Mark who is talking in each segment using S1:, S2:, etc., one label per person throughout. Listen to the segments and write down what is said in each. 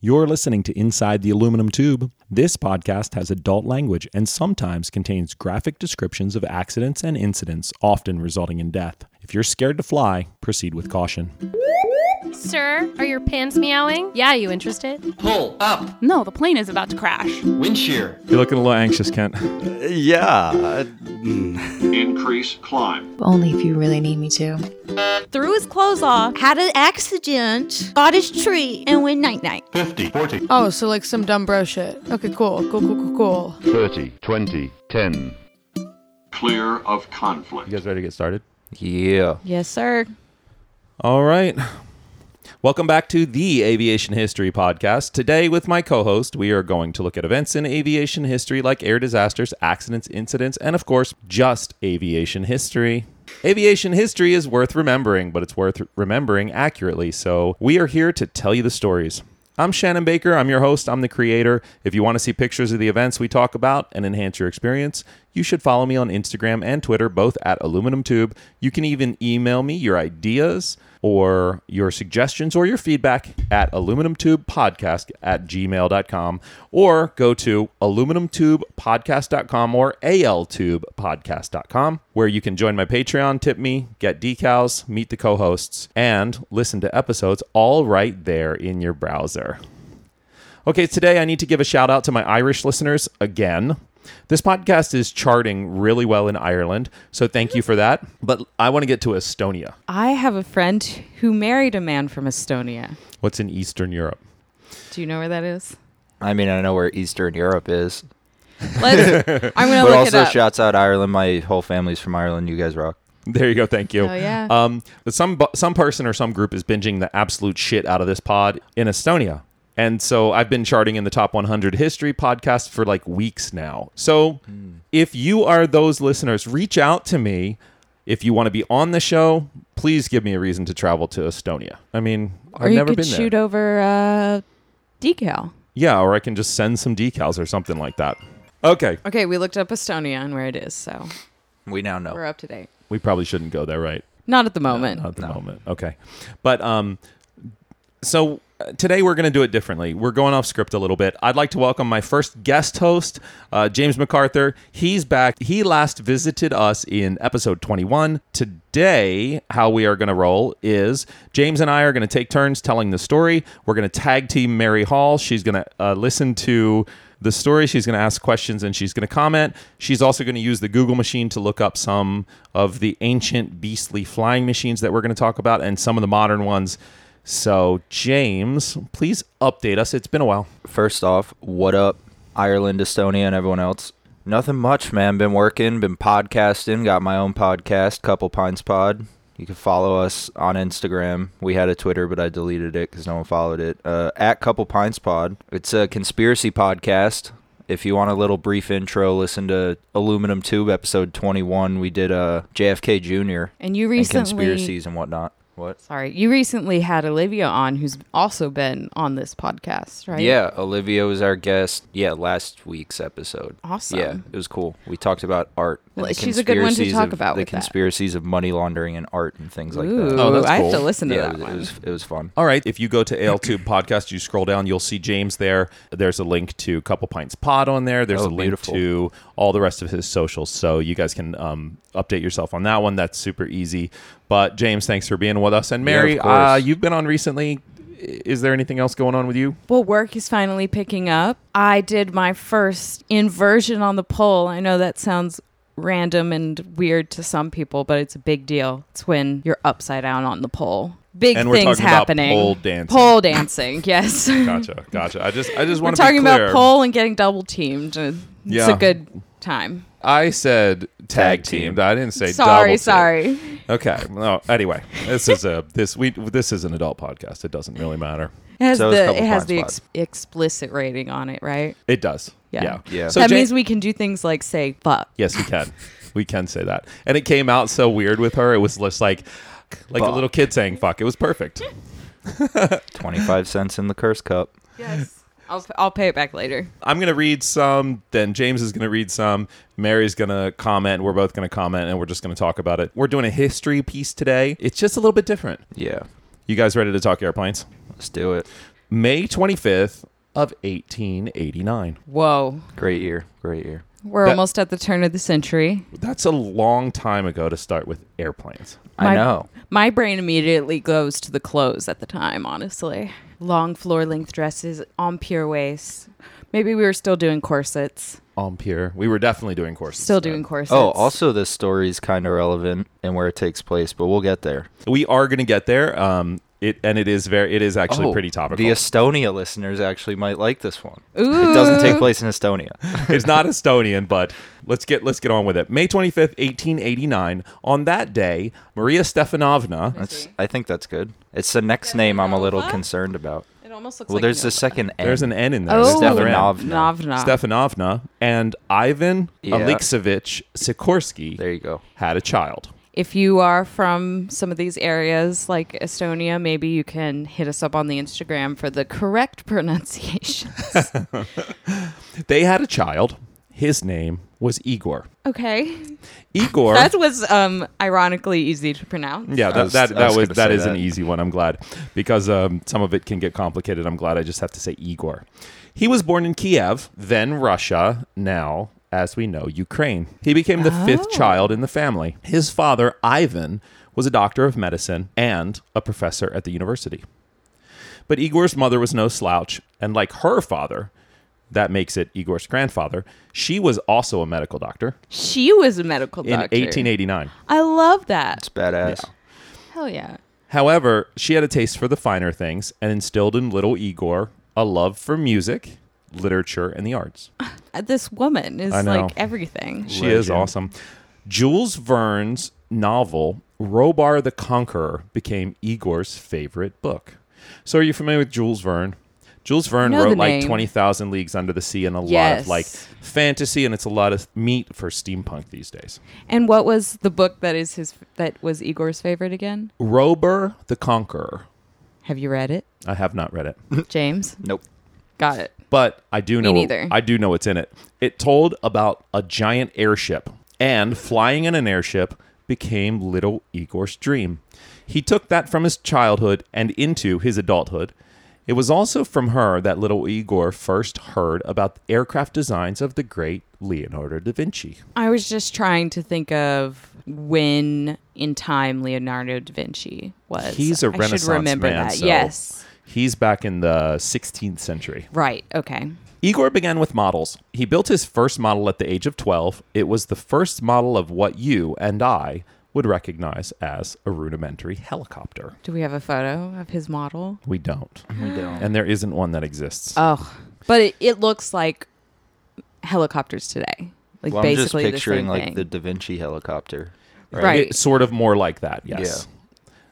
S1: You're listening to Inside the Aluminum Tube. This podcast has adult language and sometimes contains graphic descriptions of accidents and incidents, often resulting in death. If you're scared to fly, proceed with caution.
S2: Sir, are your pants meowing? Yeah, you interested?
S3: Pull up.
S4: No, the plane is about to crash.
S3: Wind shear.
S5: You're looking a little anxious, Kent.
S6: Yeah.
S7: Increase climb.
S8: Only if you really need me to.
S9: threw his clothes off, had an accident, got his tree, and went night night.
S7: 50, 40,
S10: Oh, so like some dumb bro shit. Okay, cool, cool, cool, cool, cool.
S11: 30, 20, 10.
S7: clear of conflict.
S5: You guys ready to get started?
S6: Yeah.
S9: Yes, sir.
S5: All right. Welcome back to the Aviation History Podcast. Today, with my co host, we are going to look at events in aviation history like air disasters, accidents, incidents, and of course, just aviation history. Aviation history is worth remembering, but it's worth remembering accurately. So, we are here to tell you the stories. I'm Shannon Baker. I'm your host. I'm the creator. If you want to see pictures of the events we talk about and enhance your experience, you should follow me on Instagram and Twitter, both at Aluminum Tube. You can even email me your ideas or your suggestions or your feedback at aluminumtubepodcast at gmail.com or go to aluminumtubepodcast.com or altubepodcast.com where you can join my Patreon, tip me, get decals, meet the co hosts, and listen to episodes all right there in your browser. Okay, today I need to give a shout out to my Irish listeners again. This podcast is charting really well in Ireland, so thank you for that. But I want to get to Estonia.
S12: I have a friend who married a man from Estonia.
S5: What's in Eastern Europe?
S12: Do you know where that is?
S6: I mean, I know where Eastern Europe is.
S12: Let's, I'm going to
S6: But
S12: look it
S6: also,
S12: up.
S6: shouts out Ireland. My whole family's from Ireland. You guys rock.
S5: There you go. Thank you.
S12: Oh, yeah.
S5: Um, but some bu- some person or some group is binging the absolute shit out of this pod in Estonia, and so I've been charting in the top 100 history podcasts for like weeks now. So
S12: Hmm.
S5: if you are those listeners, reach out to me. If you want to be on the show, please give me a reason to travel to Estonia. I mean,
S12: or
S5: I've
S12: you
S5: never
S12: could
S5: been there.
S12: shoot over uh, decal.
S5: Yeah, or I can just send some decals or something like that. Okay,
S12: Okay, we looked up Estonia and where it is, so
S6: We now
S12: we're
S6: know.
S12: up to date.
S5: we probably shouldn't go there, right?
S12: Not at the moment.
S5: Not at the moment. Okay. But um so uh, today we're going to do it differently. We're going off script a little bit. I'd like to welcome my first guest host, uh, James MacArthur. He's back. He last visited us in episode 21. Today, how we are going to roll is James and I are going to take turns telling the story. We're going to tag team Mary Hall. She's going to uh, listen to the story. She's going to ask questions and she's going to comment. She's also going to use the Google machine to look up some of the ancient beastly flying machines that we're going to talk about and some of the modern ones. So, James, please update us. It's been a while.
S6: First off, what up, Ireland, Estonia, and everyone else? Nothing much, man. Been working, been podcasting, got my own podcast, Couple Pines Pod. You can follow us on Instagram. We had a Twitter, but I deleted it because no one followed it. Uh, at Couple Pines Pod. It's a conspiracy podcast. If you want a little brief intro, listen to Aluminum Tube episode 21. We did uh, JFK Jr.
S12: And you
S6: and
S12: recently,
S6: conspiracies and whatnot. What?
S12: sorry, you recently had Olivia on, who's also been on this podcast, right?
S6: Yeah, Olivia was our guest. Yeah, last week's episode.
S12: Awesome.
S6: Yeah, it was cool. We talked about art. and
S12: Well,
S6: the
S12: she's a good one to
S6: conspiracies
S12: talk
S6: of-
S12: about
S6: The
S12: with that.
S6: conspiracies of money laundering and art and things like
S12: Ooh,
S6: that.
S5: Oh, that's
S12: I have
S5: cool.
S12: to listen to
S6: yeah,
S12: that
S6: it was,
S12: one.
S6: It was, it was fun.
S5: All right. If you go to ALTube podcast, you scroll down, you'll see James there. There's a link to Couple Pints Pod on there. There's a
S6: Oh,
S5: link
S6: beautiful.
S5: to all the rest of his socials. So you guys can um, update yourself on that one. That's super easy. But James, thanks for being with us. And
S6: Yeah, of
S5: Mary,
S6: course.
S5: uh, you've been on recently. Is there anything else going on with you?
S12: Well, work is finally picking up. I did my first inversion on the pole. I know that sounds random and weird to some people, but it's a big deal. It's when you're upside down on the pole. Big
S5: And we're
S12: things
S5: talking about
S12: happening.
S5: pole dancing.
S12: Pole dancing, yes.
S5: Gotcha, gotcha. I just, I just
S12: we're
S5: want to be
S12: talking about
S5: clear.
S12: pole and getting double teamed. and It's
S5: Yeah.
S12: a good time.
S5: I said tag,
S6: Tag
S5: teamed.
S6: teamed.
S5: I didn't say double
S12: sorry,
S5: teamed.
S12: sorry.
S5: Okay. No. Anyway, this is a this we this is an adult podcast. It doesn't really matter.
S12: It has
S6: So it's
S12: the
S6: double
S12: it has
S6: blind
S12: the
S6: spot.
S12: ex- explicit rating on it, right?
S5: It does.
S12: Yeah.
S5: Yeah.
S6: Yeah.
S5: So
S12: that
S5: Ja-
S12: means we can do things like say fuck.
S5: Yes, we can. we can say that. And it came out so weird with her. It was just like like a
S6: Fuck.
S5: little kid saying "fuck." It was perfect.
S6: 25 cents in the curse cup.
S12: I'll I'll pay it back later.
S5: I'm gonna read some. Then James is gonna read some. Mary's gonna comment. We're both gonna comment, and we're just gonna talk about it. We're doing a history piece today. It's just a little bit different.
S6: Yeah,
S5: You guys ready to talk airplanes?
S6: let's do it.
S5: May 25th of 1889.
S12: Whoa.
S6: Great year. Great year.
S12: We're
S5: That-
S12: almost at the turn of the century.
S5: That's a long time ago to start with airplanes.
S6: I
S12: My-
S6: know.
S12: My brain immediately goes to the clothes at the time, honestly. Long floor length dresses on pure waist. Maybe we were still doing corsets.
S5: On pure. Um, We were definitely doing courses.
S12: Still
S5: then.
S12: doing corsets.
S6: Oh, also this story is kind of relevant and where it takes place, but we'll get there.
S5: We are going to get there. Um, it and it is very. It is actually
S6: Oh,
S5: pretty topical.
S6: The Estonia listeners actually might like this one.
S12: Ooh.
S6: It doesn't take place in Estonia.
S5: it's not Estonian, but let's get let's get on with it. May twenty fifth, eighteen eighty nine. On that day, Maria Stefanovna.
S6: That's, I think that's good. It's the next name I'm a little concerned about.
S12: It almost looks
S6: Well,
S12: like uh,
S6: there's
S12: Nova.
S6: the second N.
S5: There's an N in there.
S12: Oh.
S5: There's another N.
S6: Stefanovna.
S12: Novna.
S5: Stefanovna and Ivan
S6: Yeah.
S5: Alexevich Sikorsky
S6: There you go.
S5: had a child.
S12: if you are from some of these areas like Estonia, maybe you can hit us up on the Instagram for the correct pronunciation.
S5: They had a child. His name was Igor.
S12: okay.
S5: Igor.
S12: That was um, ironically easy to pronounce.
S5: yeah,
S6: I
S5: that
S6: was-
S5: that,
S6: I
S5: that
S6: was
S5: was
S6: gonna
S5: that
S6: say
S5: is an
S6: that.
S5: easy one. I'm glad because um, some of it can get complicated. I'm glad I just have to say Igor. He was born in Kiev, then Russia, now as we know Ukraine. He became the fifth
S6: Oh.
S5: child in the family. His father Ivan was a doctor of medicine and a professor at the university. But Igor's mother was no slouch, and like her father, that makes it Igor's grandfather. She was also a medical doctor
S12: She was a medical
S5: in
S12: doctor.
S5: 1889.
S12: I love that.
S6: It's badass.
S12: Hell yeah.
S5: However, she had a taste for the finer things and instilled in little Igor a love for music, literature, and the arts.
S12: Uh, This woman is
S5: I know.
S12: like everything.
S5: She is
S6: Legend.
S5: awesome. Jules Verne's novel, Robar the Conqueror, became Igor's favorite book. So, are you familiar with Jules Verne? Jules Verne
S12: Know the
S5: wrote like
S12: name.
S5: 20,000 Leagues Under the Sea and a lot of
S12: Yes.
S5: like fantasy, and it's a lot of meat for steampunk these days.
S12: And what was the book that is his that was Igor's favorite again?
S5: Robar the Conqueror.
S12: Have you read it,
S5: I have not read it.
S12: James?
S6: Nope.
S12: Got it.
S5: but I do know
S12: neither.
S5: I do know what's in it. It told about a giant airship and flying in an airship became little Igor's dream. He took that from his childhood and into his adulthood. It was also from her that little Igor first heard about the aircraft designs of the great Leonardo da Vinci.
S12: I was just trying to think of when in time Leonardo da Vinci was.
S5: He's a
S12: I should
S5: Renaissance
S12: remember
S5: man.
S12: That.
S5: so
S12: Yes.
S5: He's back in the 16th century.
S12: Right. Okay.
S5: Igor began with models. He built his first model at the age of 12. It was the first model of what you and I would recognize as a rudimentary helicopter.
S12: Do we have a photo of his model?
S5: We don't.
S6: We don't.
S5: And there isn't one that exists.
S12: Oh, but it, it looks like helicopters today. Like
S6: Well, I'm just
S12: basically
S6: picturing
S12: the same
S6: like
S12: thing.
S6: the Da Vinci helicopter.
S12: right.
S5: It's sort of more like that, yes.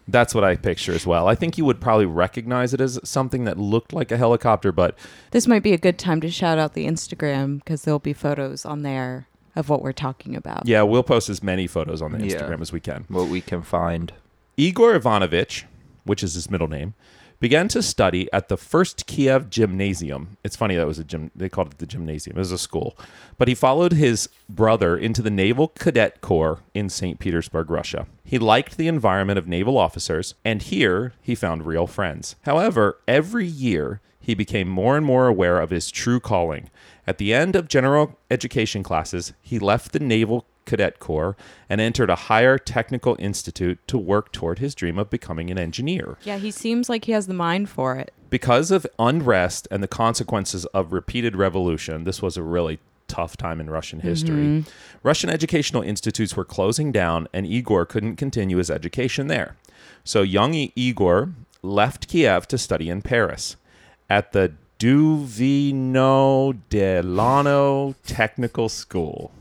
S5: That's what I picture as well. I think you would probably recognize it as something that looked like a helicopter, but
S12: This might be a good time to shout out the Instagram because there'll be photos on there of what we're talking about.
S5: yeah, we'll post as many photos on the
S6: Yeah.
S5: Instagram as we can.
S6: What we can find.
S5: Igor Ivanovich, which is his middle name, began to study at the First Kiev Gymnasium. It's funny that was a gym. They called it the gymnasium. It was a school, but he followed his brother into the Naval Cadet Corps in Saint Petersburg, Russia. He liked the environment of naval officers, and here he found real friends. However, every year he became more and more aware of his true calling. At the end of general education classes, he left the Naval Cadet Corps and entered a higher technical institute to work toward his dream of becoming an engineer.
S12: Yeah, he seems like he has the mind for it.
S5: Because of unrest and the consequences of repeated revolution, this was a really tough time in Russian history. Russian educational institutes were closing down, and Igor couldn't continue his education there. So young I- Igor left Kiev to study in Paris at the Duvino Delano Technical School.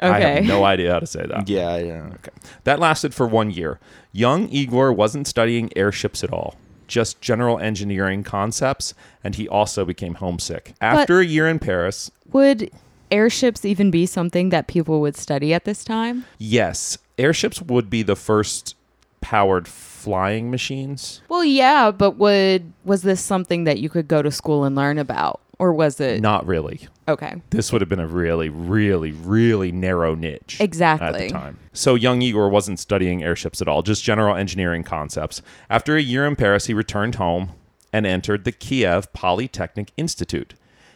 S5: I have
S12: Okay.
S5: no idea how to say that.
S6: Yeah,
S5: uh,
S6: yeah. Okay.
S5: That lasted for one year. Young Igor wasn't studying airships at all, just general engineering concepts, and he also became homesick. After a year in Paris,
S12: Would airships even be something that people would study at this time?
S5: yes, airships would be the first powered flying machines.
S12: Well, yeah, but would was this something that you could go to school and learn about, or was it
S5: Not really.
S12: okay?
S5: This would have been a really, really, really narrow niche. At the
S12: Exactly.
S5: time. So young Igor wasn't studying airships at all, just general engineering concepts. After a year in Paris, he returned home and entered the Kiev Polytechnic Institute.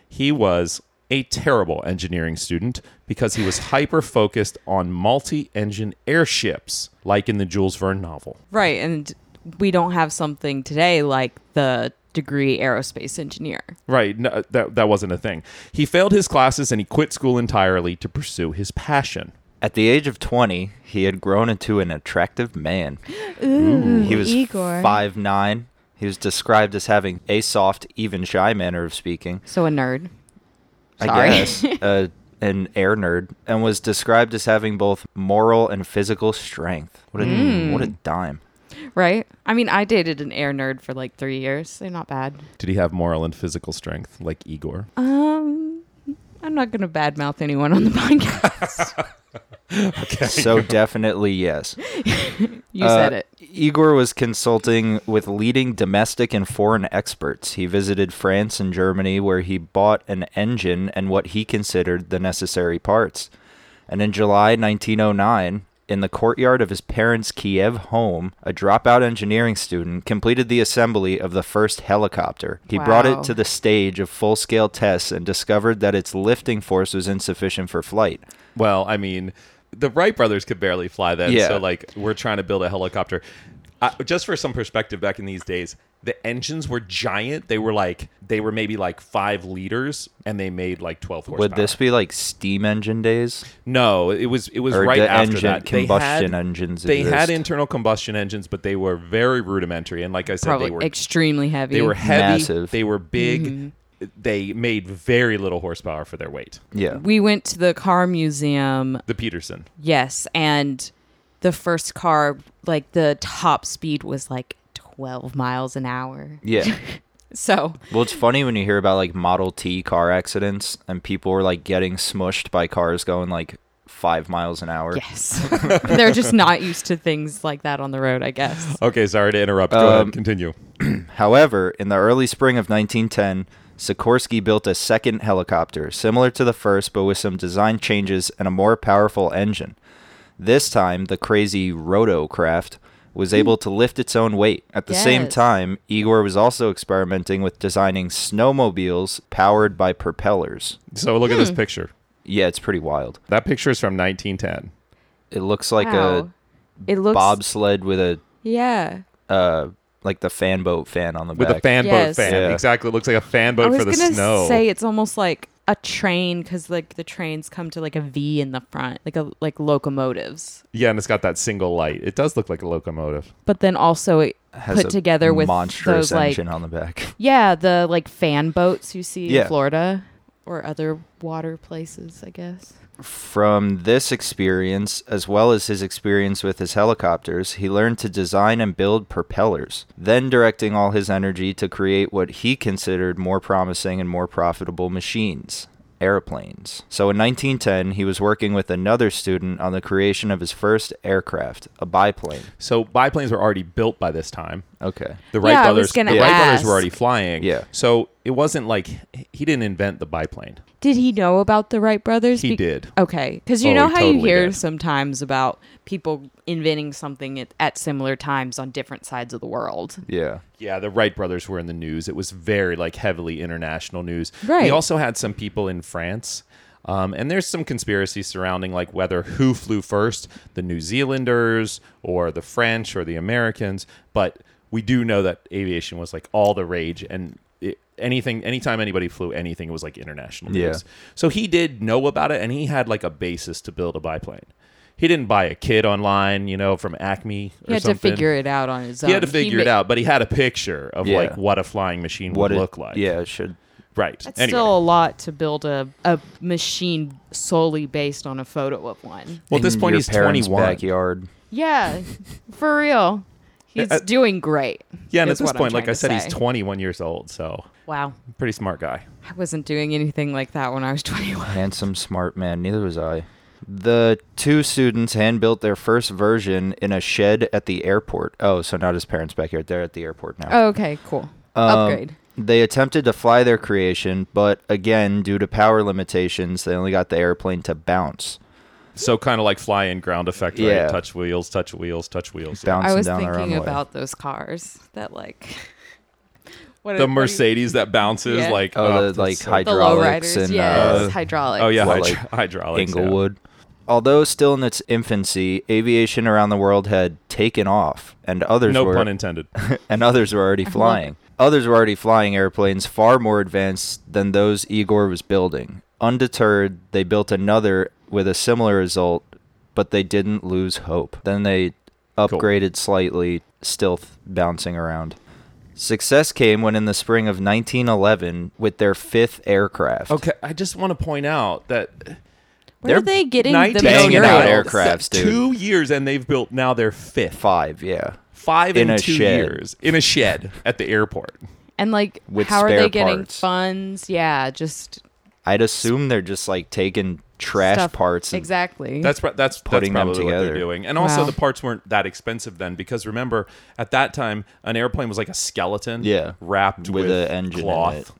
S5: He was a terrible engineering student because he was hyper focused on multi engine airships, like in the Jules Verne novel.
S12: Right. And we don't have something today like the degree aerospace engineer.
S5: Right. No, that, that wasn't a thing. He failed his classes and he quit school entirely to pursue his passion.
S6: At the age of 20, he had grown into an attractive man. Ooh, he was
S10: Igor.
S6: 5'9. He was described as having a soft, even shy manner of speaking,
S12: So a nerd.
S6: I guess, uh, an air nerd, and was described as having both moral and physical strength. What a, what a dime.
S12: Right? I mean, I dated an air nerd for like three years. They're not bad.
S5: Did he have moral and physical strength like Igor?
S12: Um, I'm not going to badmouth anyone on the podcast.
S6: So definitely yes.
S12: you said
S6: Uh,
S12: it.
S6: Igor was consulting with leading domestic and foreign experts. He visited France and Germany, where he bought an engine and what he considered the necessary parts. And in July 1909, in the courtyard of his parents' Kiev home, a dropout engineering student completed the assembly of the first helicopter. He brought
S12: Wow.
S6: it to the stage of full scale tests and discovered that its lifting force was insufficient for flight.
S5: Well, I mean, the Wright brothers could barely fly that.
S6: Yeah.
S5: So, like, we're trying to build a helicopter. Uh, just for some perspective, back in these days, the engines were giant. They were like, they were maybe like five liters, and they made like twelve horsepower.
S6: Would this be like steam engine days?
S5: No, it was it was
S6: Or
S5: right
S6: the
S5: after
S6: engine-
S5: that.
S6: combustion
S5: they had,
S6: engines
S5: They had
S6: exist.
S5: internal combustion engines, but they were very rudimentary. And like I said,
S12: Probably
S5: they were
S12: extremely heavy.
S5: they were heavy.
S6: Massive.
S5: They were big. They made very little horsepower for their weight.
S6: Yeah.
S12: we went to the car museum
S5: The Peterson.
S12: Yes, and the first car, like the top speed was like 12 miles an hour.
S6: Yeah.
S12: So,
S6: Well, it's funny when you hear about like Model T car accidents and people were like getting smushed by cars going like five miles an hour.
S12: yes. They're just not used to things like that on the road, I guess.
S5: Okay, sorry to interrupt. Go ahead, continue.
S6: However, in the early spring of 1910, Sikorsky built a second helicopter, similar to the first, but with some design changes and a more powerful engine. This time, the crazy rotocraft was able to lift its own weight. At the same
S12: Hmm. Yes.
S6: time, Igor was also experimenting with designing snowmobiles powered by propellers.
S5: So look at
S12: Hmm.
S5: this picture.
S6: Yeah, it's pretty wild.
S5: That picture is from 1910.
S6: It looks like a
S12: Wow. It looks
S6: bobsled with a
S12: Yeah.
S6: uh like the fan boat fan on the
S5: With
S6: back.
S5: a fan
S12: Yes.
S5: boat fan.
S6: Yeah.
S5: Exactly. It looks like a fan boat
S12: I was
S5: for the
S12: going to
S5: snow.
S12: say it's almost like a train cuz like the trains come to like a V in the front, like a like locomotives.
S5: yeah, and it's got that single light. It does look like a locomotive.
S12: But then also it
S6: Has
S12: put
S6: a
S12: together with
S6: monstrous
S12: those like
S6: engine on the back.
S12: Yeah, the like fan boats you see
S6: Yeah.
S12: in Florida or other water places, I guess.
S6: From this experience, as well as his experience with his helicopters, he learned to design and build propellers, then directing all his energy to create what he considered more promising and more profitable machines. Airplanes. So in 1910, he was working with another student on the creation of his first aircraft, a biplane.
S5: So biplanes were already built by this time.
S6: Okay.
S5: The Wright
S12: Yeah, I was
S5: brothers. The
S12: gonna
S5: Wright brothers were
S12: ask.
S5: already flying.
S6: Yeah.
S5: So it wasn't like he didn't invent the biplane.
S12: Did he know about the Wright brothers?
S5: He did.
S12: Okay, because you
S5: Oh,
S12: know
S5: he
S12: how you
S5: totally
S12: hear
S5: did.
S12: sometimes about people inventing something at, at similar times on different sides of the world.
S6: Yeah.
S5: Yeah, the Wright brothers were in the news. It was very like heavily international news. We
S12: Right.
S5: also had some people in France. Um, and there's some conspiracy surrounding like whether who flew first, the New Zealanders or the French or the Americans. But we do know that aviation was like all the rage and it, anything, anytime anybody flew anything, it was like international news.
S6: Yeah.
S5: So he did know about it and he had like a basis to build a biplane. He didn't buy a kit online, you know, from Acme. Or
S12: He had
S5: something
S12: to figure it out on his own.
S5: he had to figure it
S12: ma-
S5: out, but he had a picture of
S6: Yeah.
S5: like what a flying machine
S6: What
S5: would
S6: it
S5: look like.
S6: Yeah, it should.
S5: right.
S12: That's
S5: anyway,
S12: still a lot to build a, a machine solely based on a photo of one.
S5: well, at this
S6: in
S5: point
S6: your
S5: he's
S6: parents'
S5: 21.
S6: backyard.
S12: Yeah, for real. He's
S5: Uh,
S12: doing great.
S5: Yeah, and at
S12: is
S5: this
S12: what I'm
S5: point, like
S12: trying
S5: I
S12: to
S5: said,
S12: say.
S5: he's 21 years old, so
S12: Wow.
S5: pretty smart guy.
S12: I wasn't doing anything like that when I was 21.
S6: Handsome, smart man. Neither was I. The two students hand built their first version in a shed at the airport. Oh, so not his parents' backyard. They're at the airport now.
S12: Oh, okay, cool.
S6: Um,
S12: Upgrade.
S6: They attempted to fly their creation, but again, due to power limitations, they only got the airplane to bounce.
S5: So kind of like fly in ground effect, right?
S6: Yeah.
S5: Touch wheels, touch wheels, touch wheels.
S6: Bouncing
S12: I was
S6: down the
S12: thinking
S6: runway.
S12: about those cars that like What
S5: the
S12: it- what do you-
S5: Mercedes that bounces
S12: Yeah.
S5: like
S6: Oh,
S5: up
S6: the,
S5: to
S6: like,
S5: side.
S6: hyd-
S12: The
S6: hydraulics
S12: lowriders,
S6: and,
S12: yes,
S6: uh,
S12: hydraulics.
S5: oh yeah,
S6: Well,
S5: hydro-
S6: like,
S5: hydraulics. yeah.
S6: Inglewood. Although still in its infancy, aviation around the world had taken off, and others
S5: No
S6: were
S5: pun intended.
S6: and others were
S12: Uh-huh.
S6: already flying. Others were already flying airplanes far more advanced than those Igor was building. Undeterred, they built another with a similar result, but they didn't lose hope. Then they upgraded slightly, still th- bouncing around. Success came when, in the spring of 1911, with their fifth aircraft.
S5: Okay, I just want to point out that
S12: Where
S6: They're
S12: are they getting the
S6: banging out
S12: materials?
S6: aircrafts, dude.
S5: Two years, and they've built now their fifth.
S6: Five, yeah.
S5: Five
S6: In
S5: and
S6: a
S5: two
S6: shed.
S5: years in a shed at the airport.
S12: And like,
S6: With
S12: how are
S6: spare
S12: they getting
S6: parts.
S12: funds? Yeah, just
S6: I'd assume they're just like taking trash
S12: stuff.
S6: parts and
S12: exactly.
S5: That's pro- that's
S6: Putting
S5: that's
S6: them
S5: probably what
S6: together.
S5: they're doing. And also
S12: Wow.
S5: the parts weren't that expensive then because remember at that time an airplane was like a skeleton
S6: Yeah.
S5: wrapped with,
S6: With a engine in
S5: cloth.
S6: it.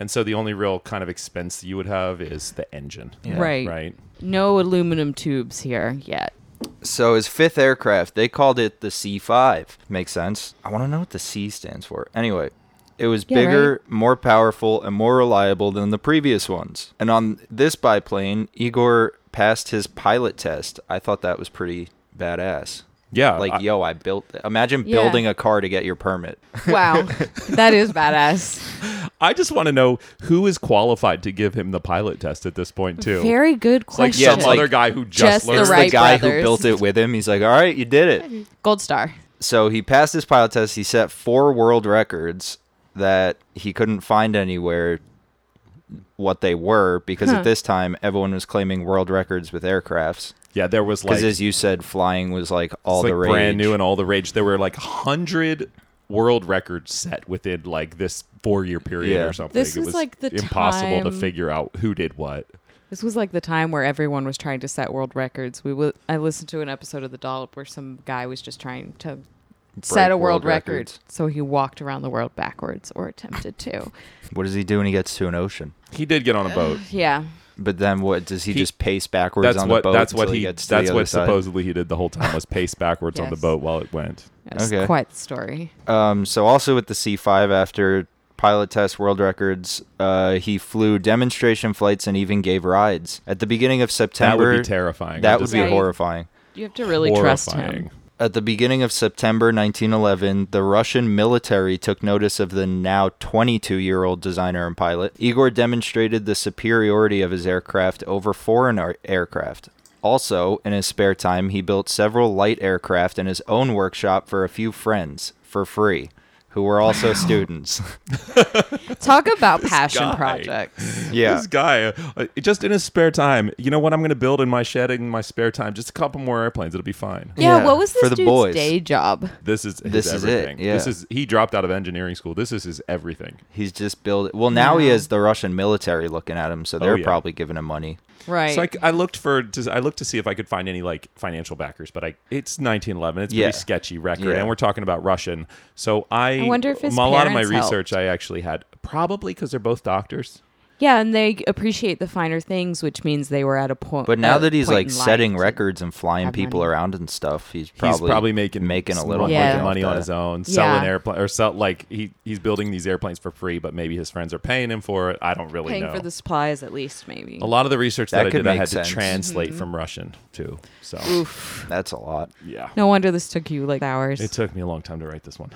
S5: And so the only real kind of expense you would have is the engine.
S12: right.
S5: Right.
S12: No aluminum tubes here yet.
S6: So his fifth aircraft, they called it the C5. Makes sense. I want to know what the C stands for. Anyway, it was
S12: Yeah,
S6: bigger, more powerful, and more reliable than the previous ones. And on this biplane, Igor passed his pilot test. I thought that was pretty badass.
S5: Yeah,
S6: Like,
S5: Uh, I-
S6: yo, I built. th- Imagine
S12: Yeah.
S6: building a car to get your permit.
S12: Wow, that is badass.
S5: I just want to know who is qualified to give him the pilot test at this point too.
S12: Very good
S5: it's like
S12: question.
S5: some
S6: it's like
S5: other guy who just,
S12: just the
S5: learned
S6: It's the
S12: Wright
S6: guy who
S12: brothers.
S6: built it with him. He's like, all right, you did it.
S12: Gold star.
S6: so he passed his pilot test. He set four world records that he couldn't find anywhere what they were because at this time everyone was claiming world records with aircrafts.
S5: Yeah, there was like
S6: Because as you said, flying was like all
S5: It's, like
S6: the rage.
S5: brand new and all the rage. There were like hundred world records set within like this four year period
S6: Yeah.
S5: or something.
S12: This
S5: it
S12: is,
S5: was
S12: like, the
S5: impossible to
S12: time-
S5: figure out who did what.
S12: This was like the time where everyone was trying to set world records. We w- I listened to an episode of The Dollop where some guy was just trying to set a
S6: world
S12: world, record.
S6: records.
S12: So he walked around the world backwards or attempted to.
S6: what does he do when he gets to an ocean?
S5: He did get on a boat.
S12: yeah.
S6: But then what does he,
S5: He-
S6: just pace backwards
S5: That's
S6: on
S5: what
S6: the boat?
S5: that's what
S6: till
S5: he,
S6: gets to
S5: that's
S6: the
S5: what
S6: other side?
S5: supposedly he did the whole time was pace backwards on the
S12: Yes.
S5: boat while it went.
S12: That's
S6: Okay.
S12: quite the story.
S6: Um, so also with the C5 after pilot test world records, uh, he flew demonstration flights and even gave rides. At the beginning of
S5: That
S6: September,
S5: would be terrifying.
S6: That
S5: I'm
S6: would
S5: just
S6: be
S12: Right.
S6: horrifying.
S12: You have to really trust
S5: horrifying.
S12: him.
S6: At the beginning of September 1911, the Russian military took notice of the now 22 year old designer and pilot. Igor demonstrated the superiority of his aircraft over foreign ar- aircraft. Also, in his spare time, he built several light aircraft in his own workshop for a few friends for free, who were also students.
S12: Talk about passion
S5: guy.
S12: projects.
S6: yeah.
S5: This guy, uh, just in his spare time, you know what I'm going to build in my shed in my spare time? Just a couple more airplanes. It'll be fine.
S12: Yeah,
S6: Yeah,
S12: what was this
S6: for the
S12: dude's
S6: boys.
S12: day job?
S5: This is his
S6: This is it,
S5: everything. This
S6: yeah.
S5: is he dropped out of engineering school. This is his everything.
S6: He's just building. Well, now he
S12: Wow.
S6: has the Russian military looking at him, so they're
S5: yeah.
S6: probably giving him money.
S12: Right.
S5: So I, I looked for to, I looked to see if I could find any like financial backers, but I it's 1911. It's
S6: Yeah.
S5: pretty sketchy record,
S6: Yeah.
S5: and we're talking about Russian. So I,
S12: I wonder if his
S5: a lot of my
S12: parents
S5: research I actually had probably because they're both doctors.
S12: yeah, and they appreciate the finer things, which means they were at a point.
S6: But now
S12: a
S6: that he's
S12: point
S6: like
S12: in life
S6: setting
S12: to-
S6: records and flying
S12: have
S6: people
S12: money.
S6: around and stuff, he's probably
S5: he's probably making
S6: making a
S5: some
S6: little
S5: money,
S12: Yeah.
S6: off
S5: money on
S6: that.
S5: his own,
S12: Yeah.
S5: selling airplane or sell like he he's building these airplanes for free, but maybe his friends are paying him for it. I don't really
S12: Paying
S5: know.
S12: for the supplies, at least, maybe.
S5: a lot of the research
S6: That
S5: that, I
S6: could
S5: did, I
S6: make
S5: had
S6: sense.
S5: to translate
S12: Mm-hmm.
S5: from Russian too. So
S6: That's a lot.
S5: yeah,
S12: No wonder this took you like hours.
S5: it took me a long time to write this one.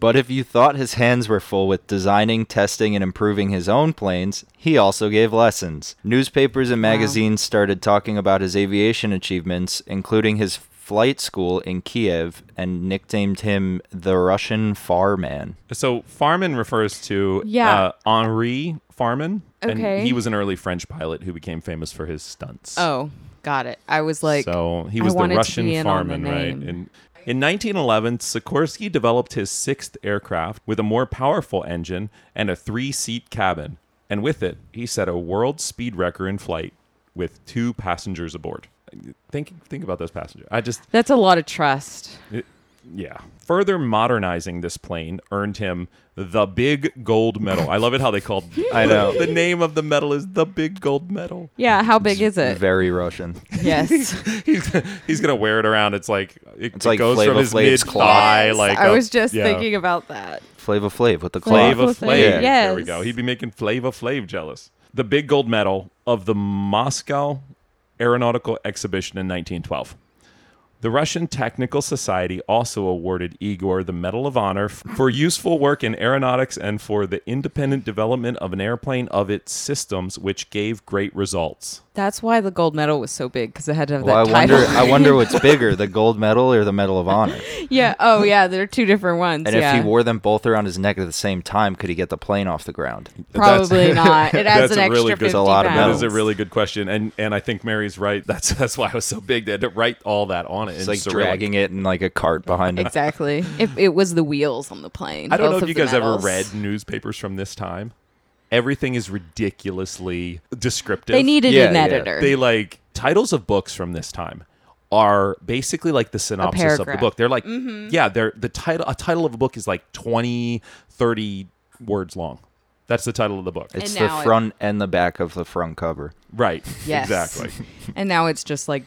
S6: But if you thought his hands were full with designing, testing, and improving his own planes, he also gave lessons. Newspapers and magazines started talking about his aviation achievements, including his flight school in Kiev, and nicknamed him the Russian Farman.
S5: So Farman refers to
S12: Yeah.
S5: uh, Henri Farman.
S12: Okay.
S5: And he was an early French pilot who became famous for his stunts.
S12: oh, got it. I was like,
S5: so he
S12: I
S5: was the
S12: wanted to
S5: Russian
S12: be in on the
S5: Farman, right?
S12: name.
S5: And in 1911, Sikorsky developed his sixth aircraft with a more powerful engine and a three-seat cabin, and with it, he set a world speed record in flight with two passengers aboard. Think think about those passengers. I just
S12: that's a lot of trust.
S5: Yeah. Further modernizing this plane earned him the Big Gold Medal. I love it how they called
S6: I know.
S5: the name of the medal is the Big Gold Medal.
S12: Yeah, how big is it?
S6: Very Russian.
S12: yes.
S5: He's he's gonna wear it around. It's like it,
S6: It's like
S5: goes
S6: Flava
S5: from his mid
S6: Flav's
S5: thigh.
S6: claw.
S5: Like
S12: I
S5: up-
S12: was just
S5: yeah.
S12: thinking about that.
S6: Flava Flav with the claw.
S5: Flava
S12: Flav,
S5: Flav.
S6: yeah.
S5: There we
S12: yes.
S5: go. He'd be making Flava Flav jealous. The Big Gold Medal of the Moscow Aeronautical Exhibition in 1912. The Russian Technical Society also awarded Igor the Medal of Honor f- for useful work in aeronautics and for the independent development of an airplane of its systems, which gave great results.
S12: That's why the gold medal was so big because it had to have
S6: Well, I
S12: that
S6: wonder.
S12: title.
S6: I wonder what's bigger, the gold medal or the Medal of Honor.
S12: yeah. Oh, yeah. There are two different ones.
S6: And
S12: yeah.
S6: if he wore them both around his neck at the same time, could he get the plane off the ground?
S12: Probably not. It adds
S5: That's
S12: an
S5: a
S12: extra
S5: really good-
S12: 50
S5: It's a
S6: lot of
S5: That
S12: pounds.
S5: is a really good question, and and I think Mary's right. That's that's why it was so big. They had to write all that on it.
S6: It's like dragging it in like a cart behind him.
S12: exactly. If it was the wheels on the plane.
S5: I don't know
S12: both
S5: if
S12: of
S5: you
S12: the
S5: guys ever
S12: medals.
S5: read newspapers from this time. Everything is ridiculously descriptive.
S12: They needed
S6: Yeah,
S12: an
S6: yeah.
S12: editor.
S5: They like titles of books from this time are basically like the synopsis of the
S12: paragraph. Mm-hmm.
S5: book. They're like yeah, they're the title a title of a book is like 20 30 words long. That's the title of the book.
S6: It's
S12: And
S6: the
S12: now it-
S6: front and the back of the front cover.
S5: right.
S12: Yes.
S5: Exactly.
S12: and now it's just like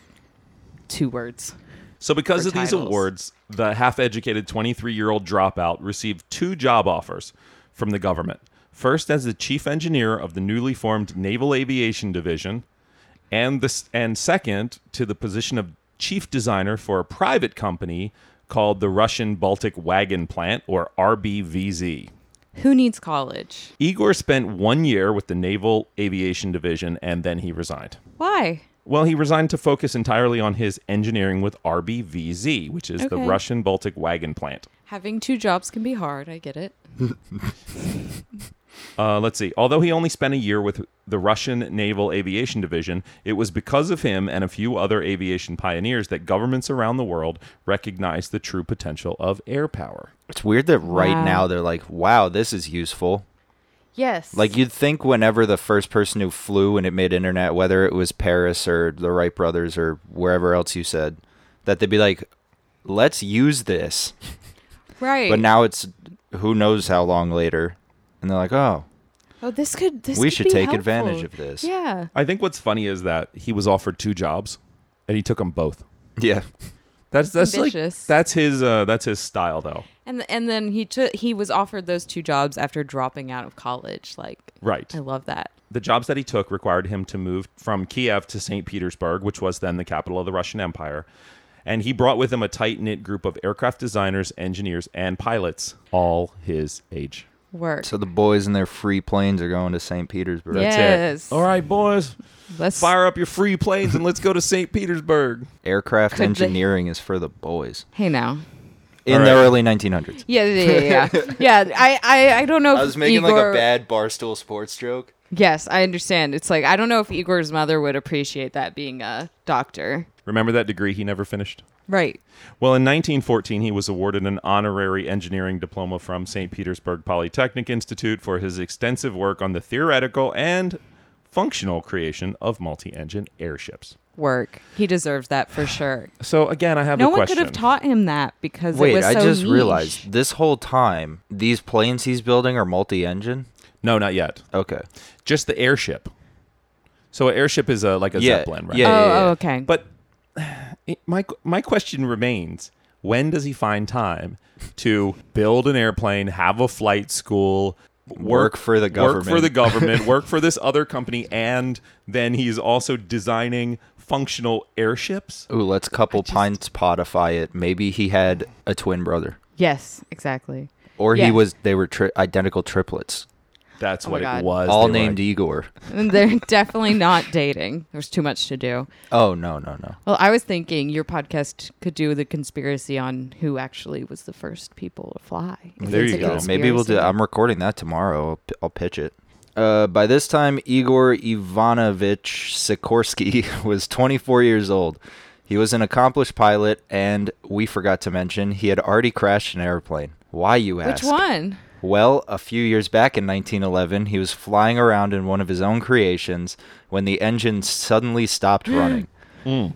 S12: two words.
S5: So, because
S12: for
S5: of these
S12: titles.
S5: awards, the half educated 23 year old dropout received two job offers from the government. First, as the chief engineer of the newly formed Naval Aviation Division, and, the, and second, to the position of chief designer for a private company called the Russian Baltic Wagon Plant, or RBVZ.
S12: Who needs college?
S5: Igor spent one year with the Naval Aviation Division and then he resigned.
S12: Why?
S5: Well, he resigned to focus entirely on his engineering with RBVZ, which is the
S12: Okay.
S5: Russian Baltic wagon plant.
S12: Having two jobs can be hard. I get it.
S5: Uh, let's see. Although he only spent a year with the Russian Naval Aviation Division, it was because of him and a few other aviation pioneers that governments around the world recognized the true potential of air power.
S6: It's weird that right
S12: Wow.
S6: now they're like, "Wow, this is useful."
S12: Yes.
S6: Like you'd think whenever the first person who flew and it made internet, whether it was Paris or the Wright brothers or wherever else you said, that they'd be like, "Let's use this."
S12: right.
S6: But now it's who knows how long later, and they're like, "Oh,
S12: oh, this could. This
S6: we
S12: could
S6: should
S12: be
S6: take
S12: helpful.
S6: advantage of this."
S12: Yeah.
S5: I think what's funny is that he was offered two jobs and he took them both.
S6: Yeah.
S5: That's that's like,
S12: Ambitious.
S5: that's his uh, that's his style though.
S12: And and then he took he was offered those two jobs after dropping out of college. Like
S5: Right.
S12: I love that.
S5: The jobs that he took required him to move from Kiev to St. Petersburg, which was then the capital of the Russian Empire. And he brought with him a tight knit group of aircraft designers, engineers, and pilots, all his age.
S12: Work.
S6: So the boys in their free planes are going to St. Petersburg.
S12: Yeah. Yes.
S6: Oh,
S5: All right, boys,
S12: Let's
S5: fire up your free planes and let's go to St. Petersburg.
S6: Aircraft
S12: Could they-
S6: engineering is for the boys
S12: Hey now.
S6: in
S5: All
S6: the
S5: right.
S6: early 1900s.
S12: Yeah, yeah, yeah, yeah. yeah I, I, I don't know.
S6: I
S12: if
S6: was making like
S12: Igor-
S6: a bad barstool sports joke.
S12: Yes, I understand. It's like I don't know if Igor's mother would appreciate that being a doctor.
S5: Remember that degree he never finished?
S12: Right.
S5: Well, in 1914, he was awarded an honorary engineering diploma from St. Petersburg Polytechnic Institute for his extensive work on the theoretical and functional creation of multi engine airships.
S12: Work. He deserves that for sure.
S5: So, again, I have
S12: no
S5: a
S12: one
S5: question.
S12: could have taught him that because it
S6: Wait,
S12: was
S6: I
S12: so
S6: just
S12: niche.
S6: realized this whole time these planes he's building are multi-engine.
S5: No, not yet.
S6: Okay.
S5: Just the airship. So an airship is a like a
S6: Yeah,
S5: zeppelin, right? Uh,
S6: yeah,
S12: Oh,
S6: yeah.
S12: oh, okay.
S5: But it- my my question remains: When does he find time to build an airplane, have a flight school,
S6: Work for the
S5: work for
S6: government.
S5: the government, work for this other company, and then he's also designing functional airships?
S6: Ooh, let's couple pints podify it. Maybe he had a twin brother,
S12: yes, exactly.
S6: or he
S12: Yeah.
S6: was. They were tri- identical triplets,
S5: That's
S12: Oh my
S5: what it
S12: God.
S5: was.
S6: all
S5: They were
S6: named
S5: like-
S6: Igor.
S12: And they're definitely not dating. There's too much to do.
S6: Oh no, no, no.
S12: Well, I was thinking your podcast could do the conspiracy on who actually was the first people to fly. If
S5: There
S12: it's
S5: you
S12: a
S5: go.
S6: Maybe we'll do.
S12: conspiracy.
S6: I'm recording that tomorrow. I'll, p- I'll pitch it. Uh, by this time, Igor Ivanovich Sikorsky was 24 years old. He was an accomplished pilot, and we forgot to mention he had already crashed an airplane. Why, you ask?
S12: Which one?
S6: Well, a few years back in 1911, he was flying around in one of his own creations when the engine suddenly stopped running.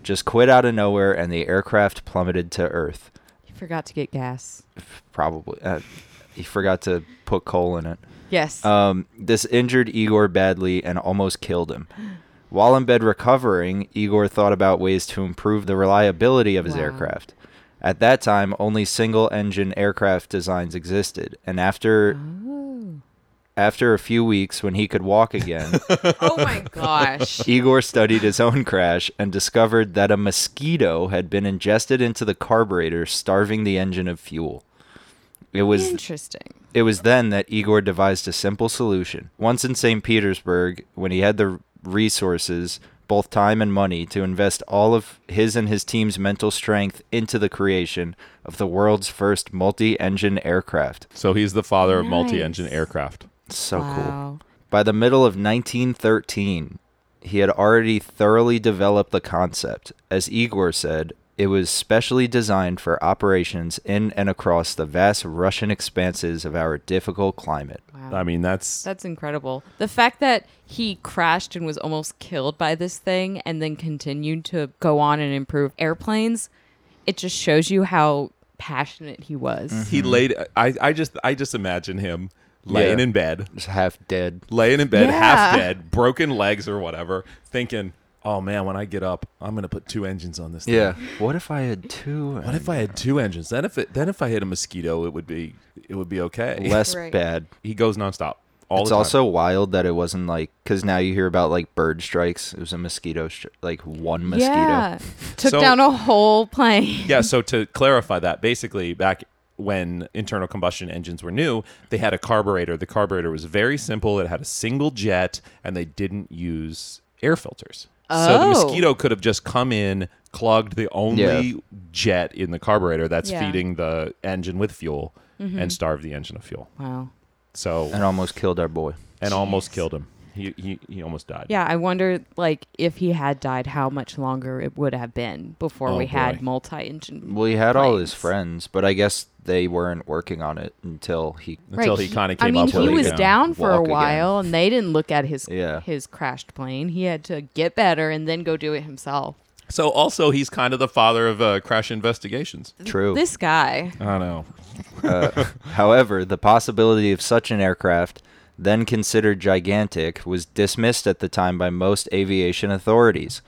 S6: Just quit out of nowhere, and the aircraft plummeted to Earth.
S12: Forgot to get gas.
S6: Probably. Uh, he forgot to put coal in it.
S12: Yes.
S6: Um, this injured Igor badly and almost killed him. While in bed recovering, Igor thought about ways to improve the reliability of his
S12: Wow.
S6: aircraft. At that time, only single engine aircraft designs existed, and after
S12: oh.
S6: after a few weeks when he could walk again,
S12: oh my gosh.
S6: Igor studied his own crash and discovered that a mosquito had been ingested into the carburetor, starving the engine of fuel. It was
S12: Interesting.
S6: it was then that Igor devised a simple solution. Once in St. Petersburg, when he had the resources, both time and money, to invest all of his and his team's mental strength into the creation of the world's first multi engine aircraft.
S5: So he's the father of multi-engine
S2: Nice.
S5: aircraft.
S6: So cool.
S12: wow.
S6: By the middle of 1913, he had already thoroughly developed the concept. As Igor said, it was specially designed for operations in and across the vast Russian expanses of our difficult climate.
S12: Wow.
S5: I mean, that's
S12: That's incredible. The fact that he crashed and was almost killed by this thing and then continued to go on and improve airplanes, it just shows you how passionate he was.
S6: Mm-hmm.
S5: he laid. I, I just I just imagine him laying
S6: Yeah.
S5: in bed,
S6: Just half dead.
S5: laying in bed,
S12: Yeah.
S5: half dead, broken legs or whatever, thinking, "Oh man, when I get up, I'm gonna put two engines on this." thing.
S6: What if I had two?
S5: What if I had two engines? Then if it then if I hit a mosquito, it would be it would be okay.
S6: less
S12: Right.
S6: bad?
S5: he goes nonstop. All
S6: it's
S5: the time.
S6: also wild that it wasn't like because now you hear about like bird strikes. It was a mosquito, stri- like one mosquito.
S12: Yeah. Took
S5: So-
S12: down a whole plane.
S5: yeah. So to clarify that, basically back when internal combustion engines were new, they had a carburetor. The carburetor was very simple. It had a single jet, and they didn't use air filters. So the
S12: Oh.
S5: mosquito could have just come in, clogged the only
S6: Yeah.
S5: jet in the carburetor that's
S12: Yeah. Mm-hmm.
S5: feeding the engine with fuel, and starved the engine of fuel.
S12: Wow.
S5: So
S6: And almost killed our boy.
S5: and almost killed him. He he, he almost died.
S12: Yeah, I wonder like if he had died how much longer it would have been before
S5: Oh,
S12: we had
S5: boy.
S12: multi-engine.
S6: Well, he had all his
S12: planes.
S6: friends, but I guess they weren't working on it until he.
S5: Until
S12: Right,
S5: he kind of
S12: I
S5: came
S12: mean,
S5: up with
S12: he
S5: it
S12: was
S5: again.
S12: down for a
S6: Walk again.
S12: while, and they didn't look at his
S6: Yeah.
S12: his crashed plane. He had to get better and then go do it himself.
S5: So also he's kind of the father of uh, crash investigations.
S6: True.
S12: This guy,
S5: I know.
S6: However, the possibility of such an aircraft, then considered gigantic, was dismissed at the time by most aviation authorities.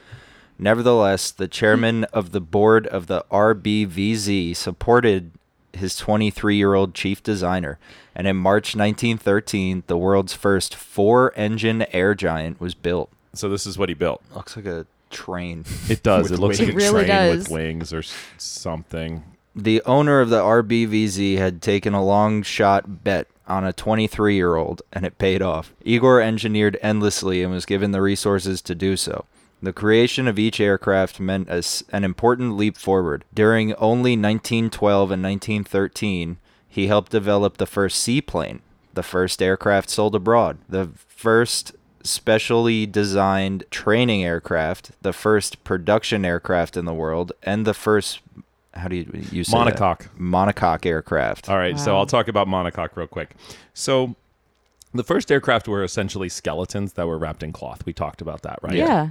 S6: Nevertheless, the chairman of the board of the RBVZ supported his 23 year old chief designer, and in March 1913, the world's first four engine air giant was built.
S5: So this is what he built.
S6: Looks like a train.
S5: It does.
S6: With
S5: it looks
S6: wings.
S5: like a
S12: It really
S5: train with
S12: does.
S5: wings or s- something.
S6: The owner of the RBVZ had taken a long shot bet on a 23 year old, and it paid off. Igor engineered endlessly and was given the resources to do so. The creation of each aircraft meant a s an important leap forward. During only 1912 and 1913, he helped develop the first seaplane, the first aircraft sold abroad, the first specially designed training aircraft, the first production aircraft in the world, and the first how do you you say that?
S5: Monocoque.
S6: monocoque aircraft.
S5: All right, so I'll talk about monocoque real quick. So the first aircraft were essentially skeletons that were wrapped in cloth. We talked about that, right?
S12: yeah,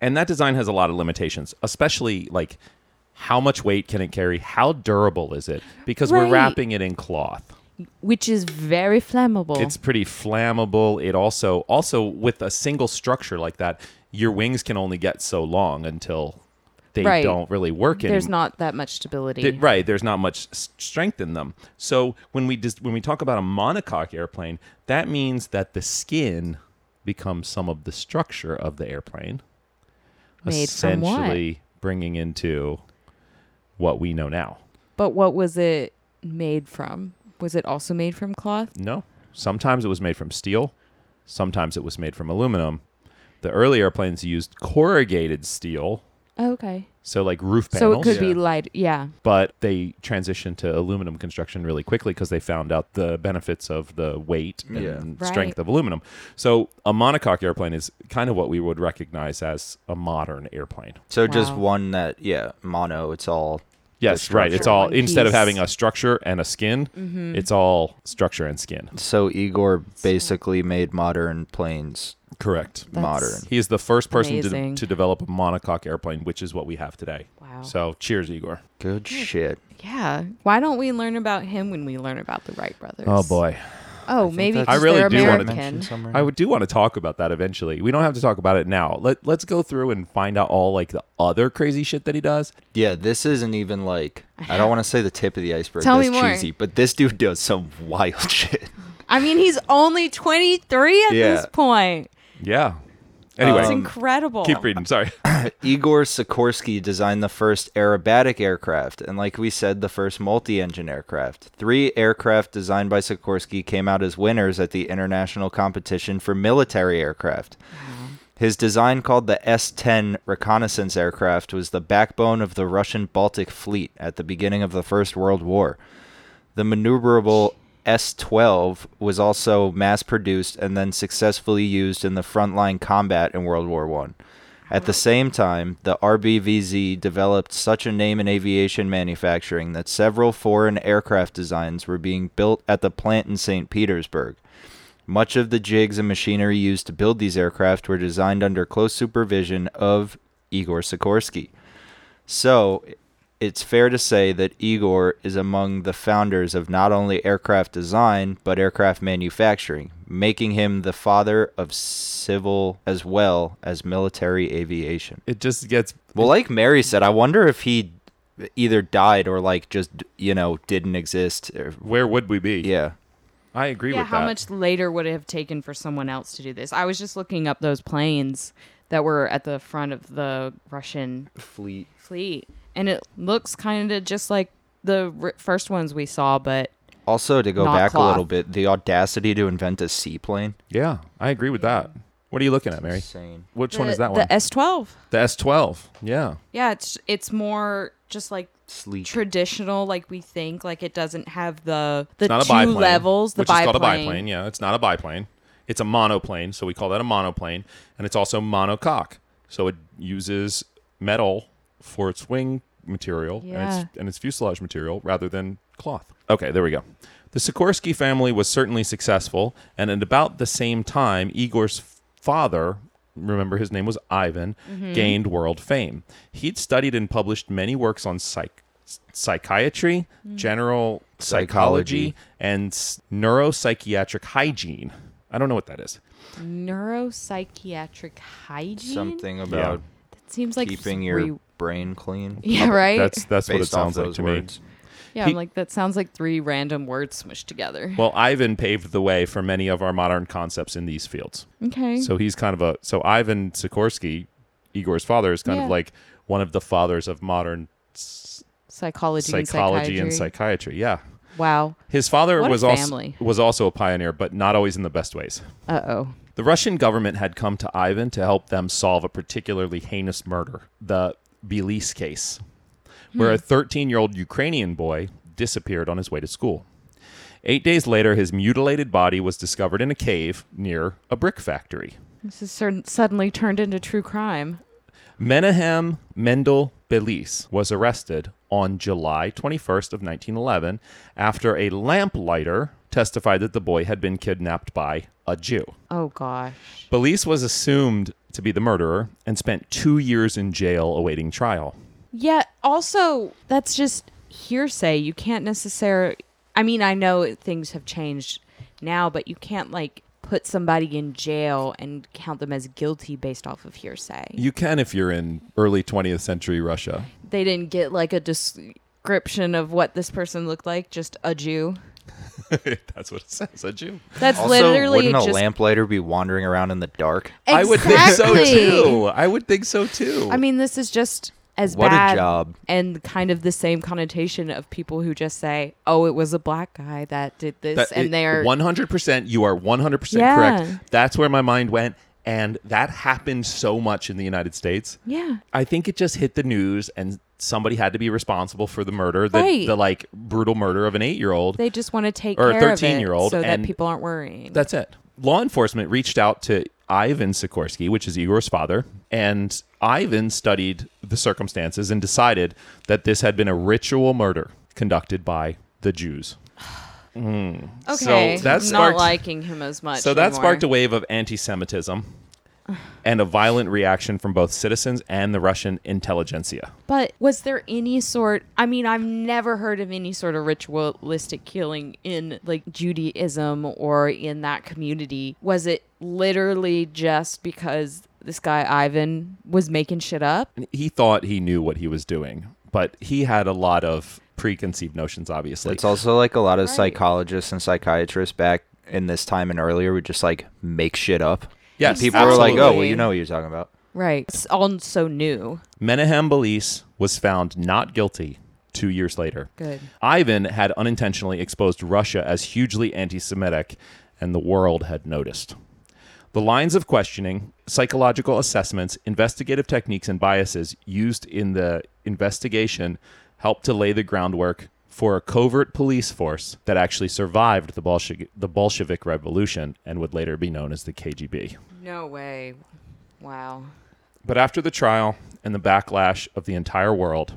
S5: And that design has a lot of limitations, especially like how much weight can it carry? How durable is it? Because we're
S12: Right.
S5: wrapping it in cloth.
S12: which is very flammable.
S5: It's pretty flammable. It also also with a single structure like that, your wings can only get so long until they
S12: Right.
S5: don't really work anymore.
S12: There's not that much stability.
S5: Th- right, there's not much s- strength in them. So when we dis- when we talk about a monocoque airplane, that means that the skin becomes some of the structure of the airplane,
S12: Made from what?
S5: essentially bringing into what we know now.
S12: But what was it made from? Was it also made from cloth?
S5: No. Sometimes it was made from steel. Sometimes it was made from aluminum. The early airplanes used corrugated steel,
S12: Oh, okay.
S5: so like roof
S12: So it
S5: panels.
S12: could be light. Yeah.
S5: But they transitioned to aluminum construction really quickly because they found out the benefits of the weight and
S6: Yeah.
S12: Right.
S5: strength of aluminum. So a monocoque airplane is kind of what we would recognize as a modern airplane.
S6: So just
S12: Wow.
S6: one that yeah, mono. It's all
S5: Yes, right. It's
S6: structure.
S5: all
S12: One
S5: instead of
S12: piece. Mm-hmm.
S5: having a structure and a skin, it's all structure and skin.
S6: so Igor basically made modern planes
S5: Correct.
S6: modern.
S5: He is the first person to,
S12: Amazing.
S5: to develop a monocoque airplane, which is what we have today.
S12: Wow.
S5: So cheers, Igor.
S6: Good shit.
S12: Yeah. Why don't we learn about him when we learn about the Wright brothers?
S5: Oh boy.
S12: Oh, maybe
S6: that's-
S5: I
S12: 'cause
S5: really
S12: they're
S5: do wanna-
S12: American.
S5: I would do want to talk about that eventually. We don't have to talk about it now. Let let's go through and find out all like the other crazy shit that he does.
S6: yeah, this isn't even like I don't want to say the tip of the iceberg.
S12: Tell me
S6: that's
S12: more.
S6: cheesy, but this dude does some wild shit.
S12: I mean, he's only 23 at
S6: Yeah.
S12: this point.
S5: Yeah. Anyway,
S12: It's incredible.
S5: keep reading. Sorry.
S6: Igor Sikorsky designed the first aerobatic aircraft, and like we said, the first multi engine aircraft. Three aircraft designed by Sikorsky came out as winners at the international competition for military aircraft. His design, called the S 10 reconnaissance aircraft, was the backbone of the Russian Baltic Fleet at the beginning of the First World War. The maneuverable S 12 was also mass produced and then successfully used in the frontline combat in World War I. At the same time, the RBVZ developed such a name in aviation manufacturing that several foreign aircraft designs were being built at the plant in St. Petersburg. Much of the jigs and machinery used to build these aircraft were designed under close supervision of Igor Sikorsky. So, it's fair to say that Igor is among the founders of not only aircraft design, but aircraft manufacturing, making him the father of civil as well as military aviation.
S5: It just gets
S6: Well, like Mary said, I wonder if he either died or like just, you know, didn't exist. Or,
S5: where would we be?
S6: yeah.
S5: I agree
S12: yeah,
S5: with
S12: how
S5: that.
S12: much later would it have taken for someone else to do this? I was just looking up those planes that were at the front of the Russian
S6: Fleet.
S12: fleet, and it looks kind of just like the r- first ones we saw, but
S6: Also, to go
S12: Not
S6: back a
S12: cloth.
S6: little bit, the audacity to invent a seaplane.
S5: Yeah, I agree with that. What are you looking at, Mary?
S6: Insane.
S5: Which one
S12: the-
S5: is that
S12: the
S5: one?
S12: S12.
S5: the S12. Yeah.
S12: Yeah, it's it's more just like
S6: Sleek.
S12: traditional, like we think. Like it doesn't have the the
S5: It's not a
S12: two
S5: biplane.
S12: levels. The
S5: which
S12: biplane.
S5: is called a biplane. Yeah, it's not a biplane. It's a monoplane, so we call that a monoplane, and it's also monocoque. So it uses metal for its wing material and,
S12: Yeah.
S5: its, and its fuselage material rather than cloth. Okay, there we go. The Sikorsky family was certainly successful, and at about the same time, Igor's father, remember his name was Ivan, gained world fame. He'd studied and published many works on psych- psychiatry, general psychology,
S6: Psychology.
S5: and s- neuropsychiatric hygiene. I don't know what that is.
S12: Neuropsychiatric hygiene.
S6: Something about
S12: That seems like
S6: keeping
S12: s-
S6: your
S12: re-
S6: brain clean.
S12: yeah right.
S5: That's that's what it
S6: Based off
S5: sounds like
S6: those
S5: to
S6: words.
S5: me.
S12: yeah,
S5: he-
S12: I'm like that sounds like three random words smushed together.
S5: Well, Ivan paved the way for many of our modern concepts in these fields.
S12: Okay.
S5: So he's kind of a so Ivan Sikorsky, Igor's father, is kind of
S12: Yeah.
S5: like one of the fathers of modern s-
S12: psychology,
S5: psychology and
S12: and psychiatry.
S5: psychiatry. Yeah,
S12: wow.
S5: his father
S12: What a
S5: was also
S12: family.
S5: was also a pioneer, but not always in the best ways.
S12: Uh oh.
S5: The Russian government had come to Ivan to help them solve a particularly heinous murder, the Belize case, where a 13 year old Ukrainian boy disappeared on his way to school. Eight days later, his mutilated body was discovered in a cave near a brick factory.
S12: This is certain, suddenly turned into true crime.
S5: Menahem Mendel Belize was arrested on July 21st of 1911 after a lamplighter testified that the boy had been kidnapped by a Jew.
S12: Oh gosh.
S5: Belize was assumed to be the murderer and spent two years in jail awaiting trial.
S12: Yeah. Also, that's just hearsay. You can't necessarily. I mean, I know things have changed now, but you can't like put somebody in jail and count them as guilty based off of hearsay.
S5: You can if you're in early 20th century Russia.
S12: They didn't get like a description of what this person looked like. Just a Jew.
S5: That's what it says, a Jew.
S12: That's
S6: Also,
S12: literally
S6: wouldn't a
S12: just.
S6: lamplighter be wandering around in the dark?
S5: I would think so
S12: Exactly.
S5: too. I would think so too.
S12: I mean, this is just as
S6: What a
S12: bad
S6: job.
S12: and kind of the same connotation of people who just say, "Oh, it was a black guy that did this,"
S5: That- it-
S12: and they're
S5: 100%. You are 100%
S12: Yeah.
S5: correct. That's where my mind went. And that happened so much in the United States.
S12: yeah,
S5: I think it just hit the news and somebody had to be responsible for the murder, the,
S12: Right.
S5: the like brutal murder of an eight year old.
S12: they just want to take
S5: Or a
S12: care of it
S5: 13-year-old,
S12: so that
S5: and
S12: people aren't worrying.
S5: That's it. Law enforcement reached out to Ivan Sikorsky, which is Igor's father, and Ivan studied the circumstances and decided that this had been a ritual murder conducted by the Jews.
S12: okay,
S5: so that
S12: I'm
S5: sparked-
S12: Mm. not liking him as much.
S5: so that
S12: anymore.
S5: sparked a wave of anti Semitism and a violent reaction from both citizens and the Russian intelligentsia.
S12: But was there any sort? I mean, I've never heard of any sort of ritualistic killing in like Judaism or in that community. Was it literally just because this guy Ivan was making shit up?
S5: He thought he knew what he was doing, but he had a lot of preconceived notions, obviously.
S6: It's also like a lot of psychologists and psychiatrists back in this time and earlier would just like make shit up.
S5: Yes,
S6: People were like, oh, well, you know what you're talking about.
S12: Right. It's all so new.
S5: Menahem Belize was found not guilty two years later.
S12: Good.
S5: Ivan had unintentionally exposed Russia as hugely anti Semitic, and the world had noticed. The lines of questioning, psychological assessments, investigative techniques, and biases used in the investigation helped to lay the groundwork for a covert police force that actually survived the, Bolshe- the Bolshevik Revolution and would later be known as the KGB.
S12: No way. Wow.
S5: But after the trial and the backlash of the entire world,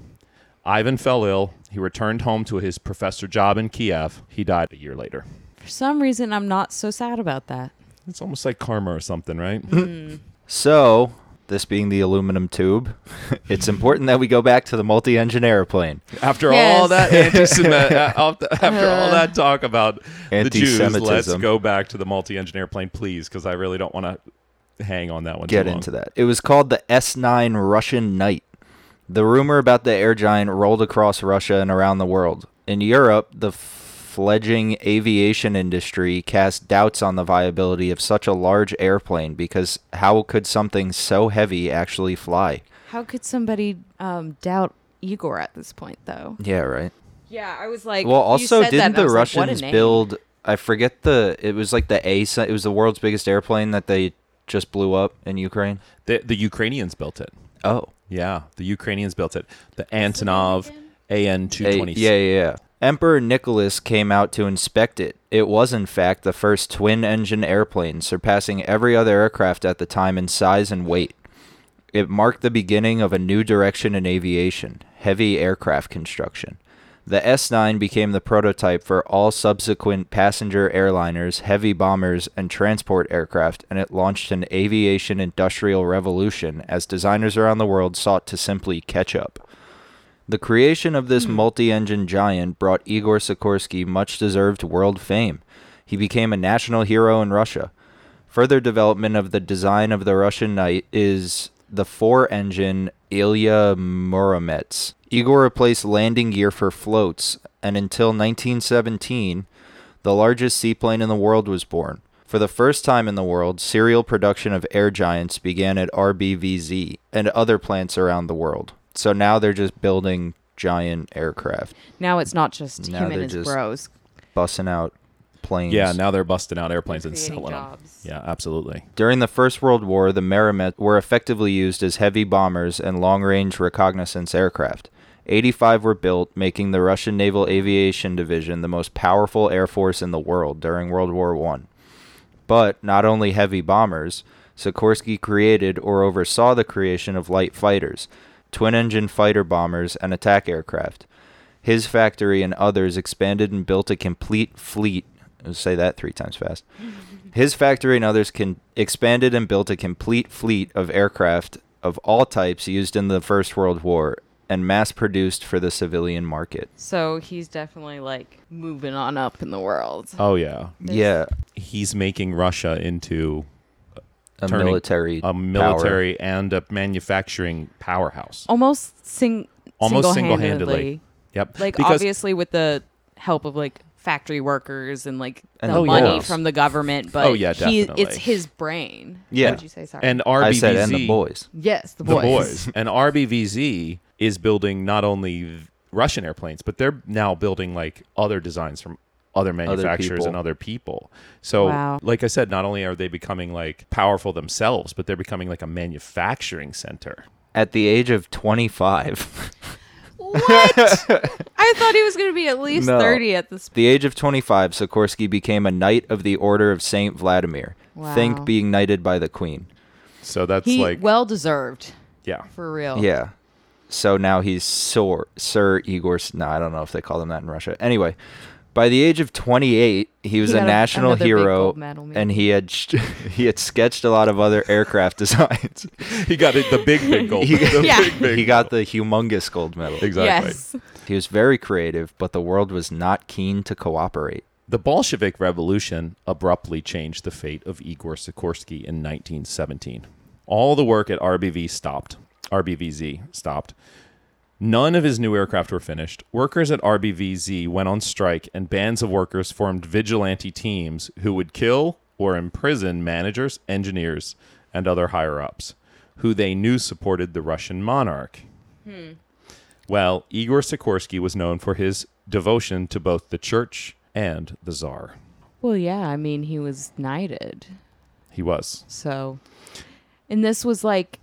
S5: Ivan fell ill. He returned home to his professor job in Kiev. He died a year later.
S12: For some reason, I'm not so sad about that.
S5: It's almost like karma or something, right?
S6: Mm-hmm. So, this being the aluminum tube, it's important that we go back to the multi engine airplane.
S5: after all
S10: Yes.
S5: that anti-Semitic, after, after all that talk about the Jews, let's
S6: Uh-huh. Anti-Semitism.
S5: go back to the multi-engineer plane, please, because I really don't want to hang on that one.
S6: Get
S5: too long.
S6: into that. It was called the S 9 Russian Knight. The rumor about the air giant rolled across Russia and around the world. In Europe, the fledgling aviation industry cast doubts on the viability of such a large airplane because how could something so heavy actually fly?
S12: How could somebody um, doubt Igor at this point, though?
S6: Yeah, right.
S12: Yeah, I was like,
S6: Well, also, didn't the Russians build? I forget the. It was like the A. It was the world's biggest airplane that they just blew up in Ukraine.
S5: The, the Ukrainians built it.
S6: Oh,
S5: Yeah, the Ukrainians built it. The Antonov AN two
S6: A-
S5: twenty.
S6: yeah, yeah, yeah. Emperor Nicholas came out to inspect it. It was, in fact, the first twin-engine airplane, surpassing every other aircraft at the time in size and weight. It marked the beginning of a new direction in aviation, heavy aircraft construction. The S 9 became the prototype for all subsequent passenger airliners, heavy bombers, and transport aircraft, and it launched an aviation industrial revolution as designers around the world sought to simply catch up. The creation of this multi engine giant brought Igor Sikorsky much deserved world fame. He became a national hero in Russia. Further development of the design of the Russian Knight is the four engine Ilya Muromets. Igor replaced landing gear for floats, and until 1917, the largest seaplane in the world was born. For the first time in the world, serial production of air giants began at RBVZ and other plants around the world. So now they're just building giant aircraft,
S12: Now it's not just
S6: Now
S12: him
S6: they're
S12: and his
S6: just-
S12: bros.
S6: bussing out planes.
S5: Yeah, now they're busting out airplanes and
S12: Creating
S5: selling
S12: jobs.
S5: them. Yeah, absolutely.
S6: During the First World War, the Merrimet were effectively used as heavy bombers and long range reconnaissance aircraft. 85 were built, making the Russian Naval Aviation Division the most powerful air force in the world during World War I. But not only heavy bombers, Sikorsky created or oversaw the creation of light fighters, twin engine fighter bombers, and attack aircraft. His factory and others expanded and built a complete fleet. Say that three times fast. His factory and others can expanded and built a complete fleet of aircraft of all types used in the First World War and mass produced for the civilian market.
S12: So he's definitely like moving on up in the world.
S5: Oh yeah,
S6: yeah,
S5: he's making Russia into
S6: a
S5: turning
S6: military,
S5: a military and a manufacturing powerhouse.
S12: Almost sing
S5: Almost
S12: Oh, single-handedly.
S5: single-handedly. Yep.
S12: Like
S5: because
S12: obviously with the help of like factory workers and like
S6: And
S12: the
S6: Oh,
S12: money
S6: yeah.
S12: from the government, but
S5: Oh, yeah,
S12: he,
S5: definitely.
S12: it's his brain.
S6: Yeah.
S12: What did you say? Sorry.
S5: and
S6: power.
S5: RBVZ
S6: I said, and the boys.
S12: yes, the
S5: the
S12: boys.
S5: boys. and RBVZ is building not only th- Russian airplanes, but they're now building like other designs from other manufacturers
S6: people.
S5: and other people. So,
S12: Wow.
S5: like I said, not only are they becoming like powerful themselves, but they're becoming like a manufacturing center.
S6: At the age of 25,
S12: What? I thought he was going to be at least
S6: No.
S12: 30 at this
S6: the age of 25, Sikorsky became a knight of the Order of Saint Vladimir.
S12: Wow.
S6: Think being knighted by the queen.
S5: So that's
S12: He
S5: like,
S12: well deserved
S5: yeah,
S12: for real.
S6: Yeah. So now he's Sir, Sir Igor. S- No, I don't know if they call him that in Russia. Anyway, By the age of 28, he was
S12: He
S6: a
S12: got a-
S6: national
S12: another big
S6: hero,
S12: gold medal, man.
S6: and he had sh- he had sketched a lot of other aircraft designs.
S5: He got it, the big, big gold.
S6: He,
S5: the
S12: Yeah.
S5: big, big
S6: he got the humongous gold medal.
S5: Exactly.
S12: Yes.
S6: He was very creative, but the world was not keen to cooperate.
S5: The Bolshevik Revolution abruptly changed the fate of Igor Sikorsky in 1917. All the work at RBV stopped. RBVZ stopped. None of his new aircraft were finished. Workers at RBVZ went on strike, and bands of workers formed vigilante teams who would kill or imprison managers, engineers, and other higher ups who they knew supported the Russian monarch. Well, Igor Sikorsky was known for his devotion to both the church and the czar.
S12: Well, yeah. I mean, he was knighted.
S5: He was.
S12: So, and this was like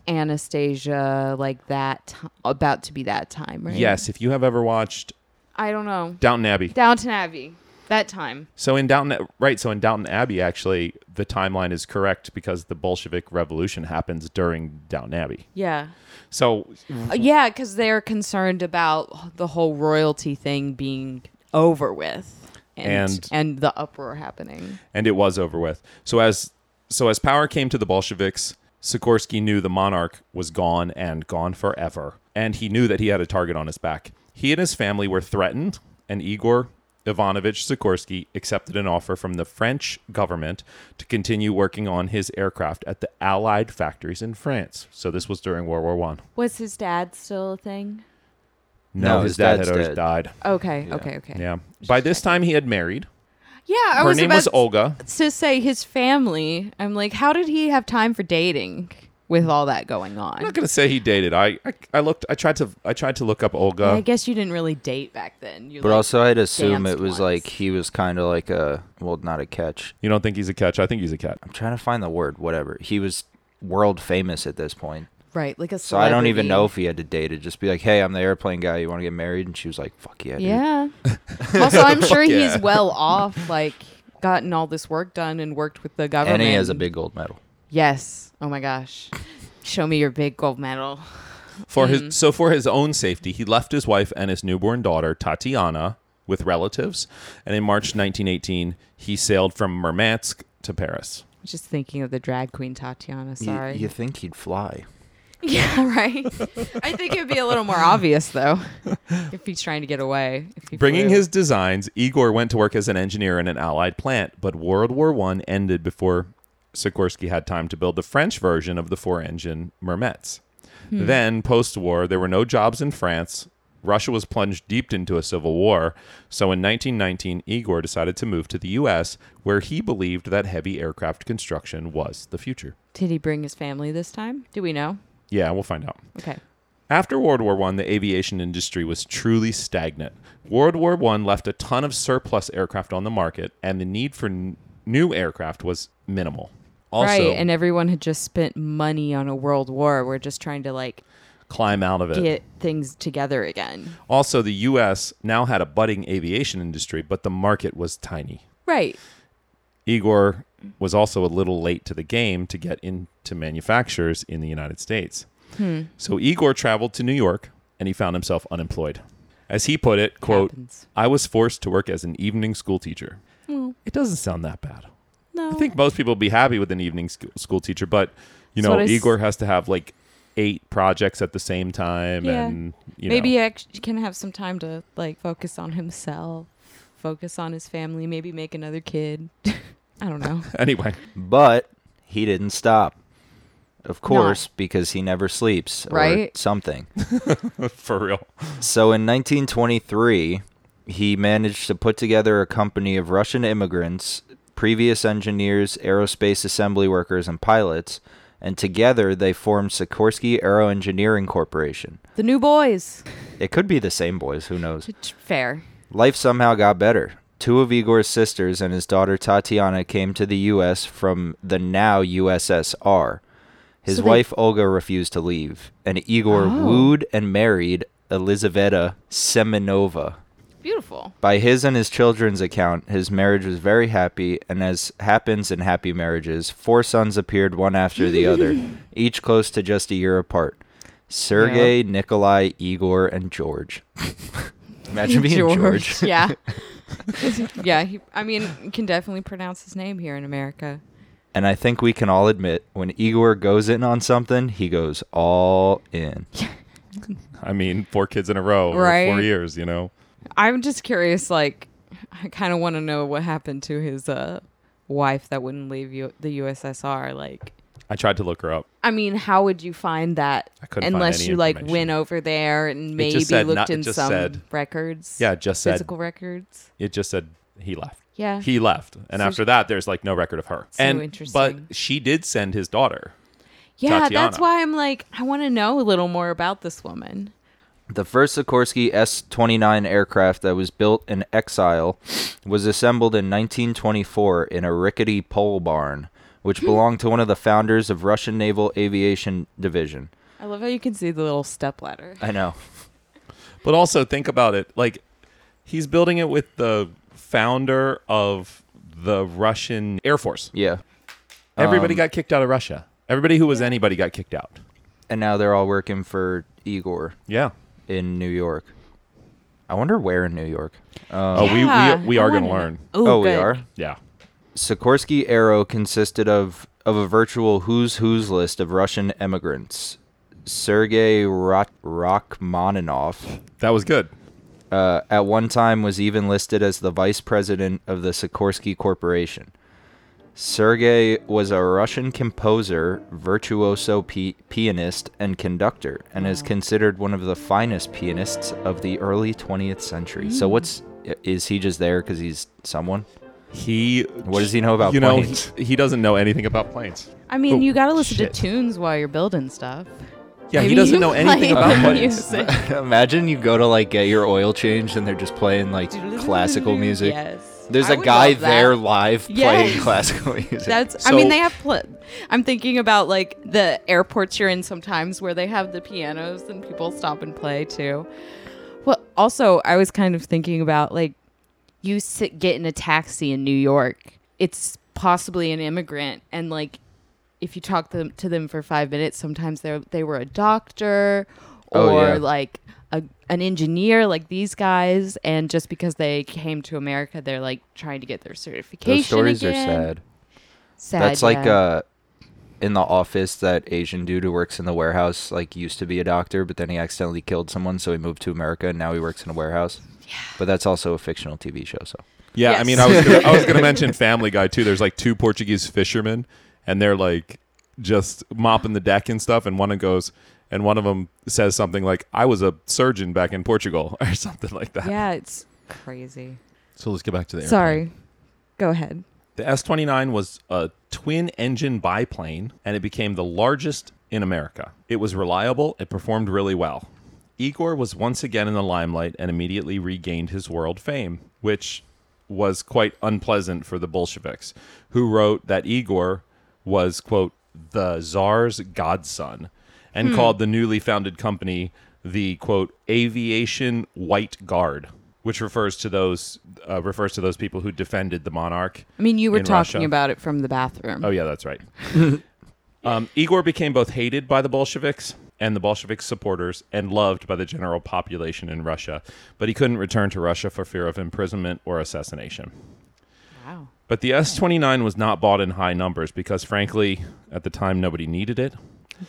S12: Anastasia, like that, ti- about to be that time, right?
S5: Yes, if you have ever watched
S12: I don't know.
S5: Downton Abbey.
S12: Downton Abbey, that time.
S5: So in Downton right, so in Downton Abbey actually the timeline is correct because the Bolshevik Revolution happens during Downton Abbey.
S12: Yeah.
S5: So
S12: Uh, yeah, because they're concerned about the whole royalty thing being over with.
S5: And-
S12: and and the uproar happening.
S5: and it was over with. So as so as power came to the Bolsheviks, Sikorsky knew the monarch was gone and gone forever, and he knew that he had a target on his back. He and his family were threatened, and Igor Ivanovich Sikorsky accepted an offer from the French government to continue working on his aircraft at the Allied factories in France. So this was during World War One.
S12: Was his dad still a thing?
S5: No,
S6: No,
S5: his,
S6: his
S5: dad
S6: dad's
S5: had already
S6: dead.
S5: died.
S12: Okay, okay, okay.
S5: Yeah. By this time, he had married.
S12: Yeah, I
S5: Her
S12: was
S5: name
S12: about
S5: was Olga.
S12: to say his family. I'm like, how did he have time for dating with all that going
S5: I'm
S12: on?
S5: not gonna say he dated. I, I I looked. I tried to I tried to look up Olga.
S12: I guess you didn't really date back then. You
S6: Uh, But
S12: like,
S6: also, I'd assume
S12: danced
S6: it was
S12: once.
S6: like he was kind of like a well, not a catch.
S5: You don't think he's a catch? I think he's a catch.
S6: I'm trying to find the word. Whatever. He was world famous at this point,
S12: right, like a.
S6: so I don't even
S12: celebrity.
S6: know if he had to date it. Just be like, hey, I'm the airplane guy. You want to get married? And she was like, fuck yeah, dude.
S12: Yeah. also, I'm sure
S5: yeah.
S12: he's well off. Like, gotten all this work done and worked with the government.
S6: And he has a big gold medal.
S12: Yes. Oh my gosh. Show me your big gold medal.
S5: For his so for his own safety, he left his wife and his newborn daughter Tatiana with relatives, and in March 1918, he sailed from Murmansk to Paris.
S12: Just thinking of the drag queen Tatiana.
S6: You-
S12: Sorry.
S6: you think he'd fly?
S12: Yeah, right. I think it'd be a little more obvious though, if he's trying to get away. If he
S5: Bringing
S12: flew.
S5: his designs, Igor went to work as an engineer in an Allied plant, but World War One ended before Sikorsky had time to build the French version of the four-engine Mermetz. Then, post-war, there were no jobs in France. Russia was plunged deep into a civil war. So in 1919, Igor decided to move to the U.S., where he believed that heavy aircraft construction was the future.
S12: Did he bring his family this time? Do we know?
S5: Yeah, we'll find out.
S12: Okay.
S5: After World War I, the aviation industry was truly stagnant. World War I left a ton of surplus aircraft on the market, and the need for n- new aircraft was minimal. Also,
S12: right, and everyone had just spent money on a world war. We're just trying to like
S5: climb out of it.
S12: get things together again.
S5: Also, the U.S. now had a budding aviation industry, but the market was tiny.
S12: Right.
S5: Igor was also a little late to the game to get into manufacturers in the United States.
S12: Hmm.
S5: So Igor traveled to New York and he found himself unemployed. As he put it, quote,
S12: Happens. Oh.
S5: I was forced to work as an evening school teacher. It doesn't sound that bad.
S12: No.
S5: I think most people would be happy with an evening sc- school teacher, but you
S12: That's
S5: know,
S12: what I s-
S5: Igor has to have like eight projects at the same time
S12: Yeah.
S5: and you
S12: maybe
S5: know,
S12: he actually can have some time to like focus on himself, focus on his family, maybe make another kid. I don't know.
S5: anyway.
S6: But he didn't stop. Of course, because he never sleeps or
S12: Right?
S6: something.
S5: For real.
S6: So in 1923, he managed to put together a company of Russian immigrants, previous engineers, aerospace assembly workers, and pilots, and together they formed Sikorsky Aero Engineering Corporation.
S12: the new boys.
S6: It could be the same boys, who knows?
S12: Fair.
S6: Life somehow got better. Two of Igor's sisters and his daughter Tatiana came to the U.S. from the now USSR. His
S12: So they-
S6: wife Olga refused to leave, and Igor
S12: Oh.
S6: wooed and married Elizaveta Semenova.
S12: Beautiful.
S6: By his and his children's account, his marriage was very happy, and as happens in happy marriages, four sons appeared one after the other, each close to just a year apart Sergei, Nikolai, Igor, and George. Imagine being George.
S12: yeah. yeah, he, I mean, you can definitely pronounce his name here in America.
S6: And I think we can all admit when Igor goes in on something, he goes all in.
S5: I mean, four kids in a row,
S12: Right.
S5: Or four years, you know.
S12: I'm just curious. Like, I kind of want to know what happened to his uh, wife that wouldn't leave U- the USSR. Like,
S5: I tried to look her up.
S12: I mean, how would you find that
S5: I couldn't find
S12: unless
S5: any
S12: you like
S5: information.
S12: went over there and
S5: It
S12: maybe
S5: just said
S12: looked
S5: not- it
S12: in
S5: just
S12: some
S5: said-
S12: records?
S5: Yeah, it just said
S12: physical records.
S5: it just said he left.
S12: Yeah.
S5: He left. And
S12: So
S5: after that there's like no record of her.
S12: So
S5: and
S12: interesting.
S5: but she did send his daughter.
S12: Yeah, that's
S5: Tatiana.
S12: why I'm like, I want to know a little more about this woman.
S6: The first Sikorsky S 29 aircraft that was built in exile was assembled in 1924 in a rickety pole barn, which belonged to one of the founders of Russian Naval Aviation Division.
S12: I love how you can see the little stepladder.
S6: I know.
S5: But also think about it, like he's building it with the founder of the Russian Air Force.
S6: Yeah. Um,
S5: Everybody got kicked out of Russia. Everybody who was anybody got kicked out.
S6: And now they're all working for Igor
S5: Yeah.
S6: in New York. I wonder where in New York.
S5: Oh, we-
S12: Yeah,
S5: we, we are
S12: I
S5: going to
S12: wanna
S5: learn.
S12: know. Ooh,
S6: oh, we
S12: good.
S6: are?
S5: Yeah.
S6: Sikorsky Arrow consisted of, of a virtual who's who's list of Russian emigrants. Sergei Rak- Rachmaninoff
S5: That was good.
S6: uh, at one time was even listed as the vice president of the Sikorsky Corporation. Sergei was a Russian composer, virtuoso pi- pianist, and conductor, and is considered one of the finest pianists of the early 20th century. So, what's i- is he just there because he's someone?
S5: He
S6: What does he know about
S5: you know,
S6: planes?
S5: He, he doesn't know anything about planes.
S12: I mean,
S5: Oh,
S12: you got to listen
S5: shit.
S12: to tunes while you're building stuff.
S5: Yeah, he
S12: Maybe
S5: doesn't
S12: you
S5: know anything
S12: like
S5: about
S12: the
S5: planes.
S12: music.
S6: Imagine you go to like get your oil changed and they're just playing like classical music.
S12: Yes.
S6: There's
S12: I
S6: a
S12: would
S6: guy
S12: love that.
S6: there live playing
S12: Yes.
S6: classical music.
S12: That's. I
S5: So-
S12: mean, they have. Pl- I'm thinking about like the airports you're in sometimes where they have the pianos and people stop and play too. Well, also, I was kind of thinking about like you sit, get in a taxi in New York. It's possibly an immigrant, and like if you talk them, to them for five minutes, sometimes they they were a doctor or
S6: Oh, yeah.
S12: like a, an engineer, like these guys, and just because they came to America, they're like trying to get their certification.
S6: Those stories
S12: again.
S6: are sad.
S12: Sad,
S6: That's like
S12: yeah.
S6: uh in the office that Asian dude who works in the warehouse like used to be a doctor, but then he accidentally killed someone, so he moved to America and now he works in a warehouse. Yeah. But that's also a fictional TV show, so
S5: Yeah, I
S12: Yes.
S5: mean, I was gonna, I was going to mention Family Guy too. There's like two Portuguese fishermen, and they're like just mopping the deck and stuff. And one of goes, and one of them says something like, "I was a surgeon back in Portugal" or something like that.
S12: yeah, it's crazy.
S5: So let's get back to the.
S12: Sorry, go ahead.
S5: The S 29 was a twin engine biplane and it became the largest in America. It was reliable, it performed really well. Igor was once again in the limelight and immediately regained his world fame, which was quite unpleasant for the Bolsheviks, who wrote that Igor was, quote, the Tsar's godson and
S12: Hmm.
S5: called the newly founded company the quote aviation white guard which refers to those uh, refers to those people who defended the monarch
S12: I mean, you were
S5: in
S12: talking
S5: Russia.
S12: about it from the bathroom.
S5: Oh yeah, that's right. um, Igor became both hated by the Bolsheviks and the Bolshevik supporters and loved by the general population in Russia, but he couldn't return to Russia for fear of imprisonment or assassination.
S12: Wow.
S5: But the S 29 was not bought in high numbers because, frankly, at the time nobody needed it.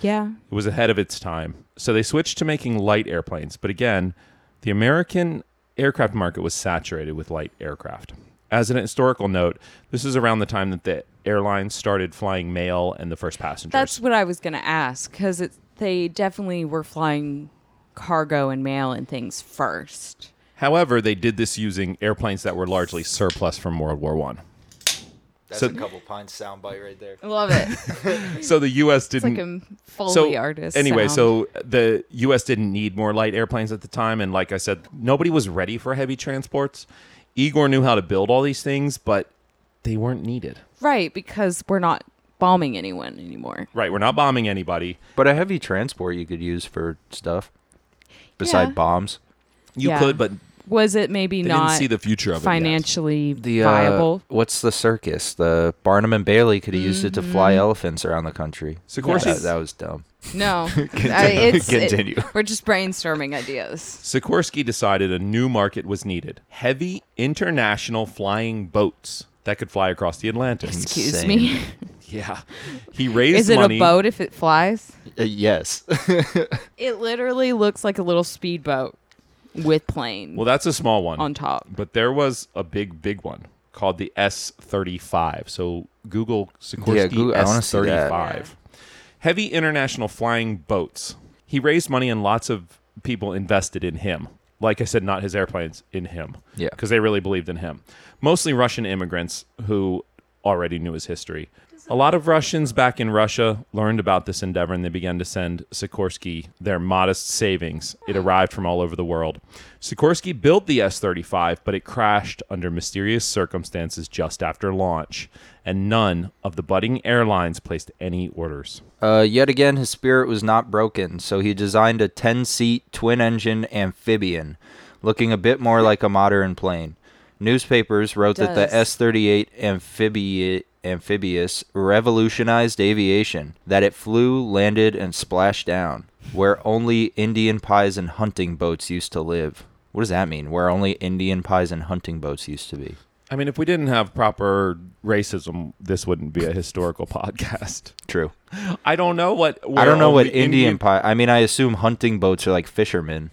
S12: Yeah.
S5: It was ahead of its time. So they switched to making light airplanes. But again, the American aircraft market was saturated with light aircraft. As an historical note, this is around the time that the airlines started flying mail and the first passengers.
S12: That's what I was going to ask because they definitely were flying cargo and mail and things first.
S5: However, they did this using airplanes that were largely surplus from World War One.
S6: that's a couple pines soundbite right there.
S12: Love it.
S5: So the U.S.
S12: It's like
S5: didn't.
S12: a Foley
S5: so
S12: artist.
S5: anyway,
S12: sound.
S5: so the U.S. didn't need more light airplanes at the time, and like I said, nobody was ready for heavy transports. Igor knew how to build all these things, but they weren't needed.
S12: Right, because we're not bombing anyone anymore.
S5: Right, we're not bombing anybody.
S6: But a heavy transport you could use for stuff. Beside
S12: Yeah.
S6: bombs.
S5: You
S12: Yeah.
S5: could, but
S12: was it maybe
S5: They
S12: not
S5: didn't see the future of it yet.
S12: financially
S6: The uh,
S12: viable?
S6: what's the circus? The Barnum and Bailey could have used it to
S12: Mm-hmm.
S6: fly elephants around the country.
S5: Sikorsky-
S6: that, that was dumb.
S12: No, I-
S6: Continue.
S12: it's, it-
S6: Continue.
S12: we're just brainstorming ideas.
S5: Sikorsky decided a new market was needed heavy international flying boats that could fly across the Atlantic.
S12: Excuse
S6: Insane.
S12: me.
S5: Yeah. He raised
S12: Is it
S5: money.
S12: a boat if it flies?
S6: Uh, yes.
S12: It literally looks like a little speedboat with plane
S5: Well, that's a small one.
S12: on top.
S5: But there was a big, big one called the S35. So Google Sikorsky
S6: Google- I wanna see that.
S5: S35. Heavy international flying boats. He raised money and lots of people invested in him. Like I said, not his airplanes, in him.
S6: Yeah.
S5: Because they really believed in him. Mostly Russian immigrants who already knew his history. A lot of Russians back in Russia learned about this endeavor and they began to send Sikorsky their modest savings. It arrived from all over the world. Sikorsky built the S 35, but it crashed under mysterious circumstances just after launch, and none of the budding airlines placed any orders.
S6: Uh, yet again, his spirit was not broken, so he designed a 10 seat twin engine amphibian, looking a bit more like a modern plane. Newspapers wrote that the
S12: Does.
S6: S 38 amphibious revolutionized aviation, that it flew, landed, and splashed down, where only Indian pies and hunting boats used to live. What does that mean? Where only Indian pies and hunting boats used to be.
S5: I mean, if we didn't have proper racism, this wouldn't be a historical podcast.
S6: True.
S5: I don't know what.
S6: I don't know what
S5: Indian,
S6: Indian, pie. I mean, I assume hunting boats are like fishermen.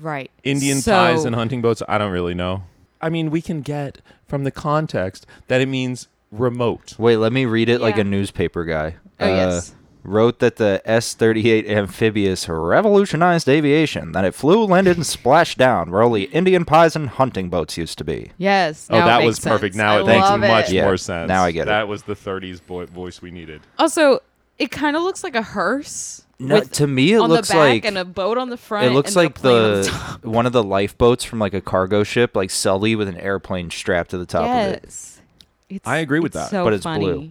S12: Right.
S5: Indian pies and hunting boats. I don't really know. I mean, we can get from the context that it means remote.
S6: Wait, let me read it like
S2: Yeah.
S6: a newspaper guy. Uh,
S12: Oh, yes.
S6: Wrote that the S 38 amphibious revolutionized aviation, that it flew, landed, and splashed down where only Indian pies and hunting boats used to be.
S12: Yes.
S5: oh,
S12: now it
S5: that
S12: makes
S5: was perfect.
S12: sense.
S5: Now
S12: I
S5: it makes
S12: love
S5: much
S12: it.
S6: Yeah,
S5: more sense.
S6: now I get it.
S5: That was the 30s boy- voice we needed.
S12: Also, it kind of looks like a hearse.
S6: No,
S12: with-
S6: to me, it
S12: on
S6: looks
S12: the back
S6: like-
S12: and a boat on the front.
S6: It
S12: and
S6: looks like
S12: a plane on
S6: the
S12: top.
S6: one of the lifeboats from like a cargo ship, like Sully with an airplane strapped to the top of it.
S12: yes. It's,
S5: I agree with
S12: it's
S5: that,
S12: So
S6: but it's
S12: funny.
S6: blue.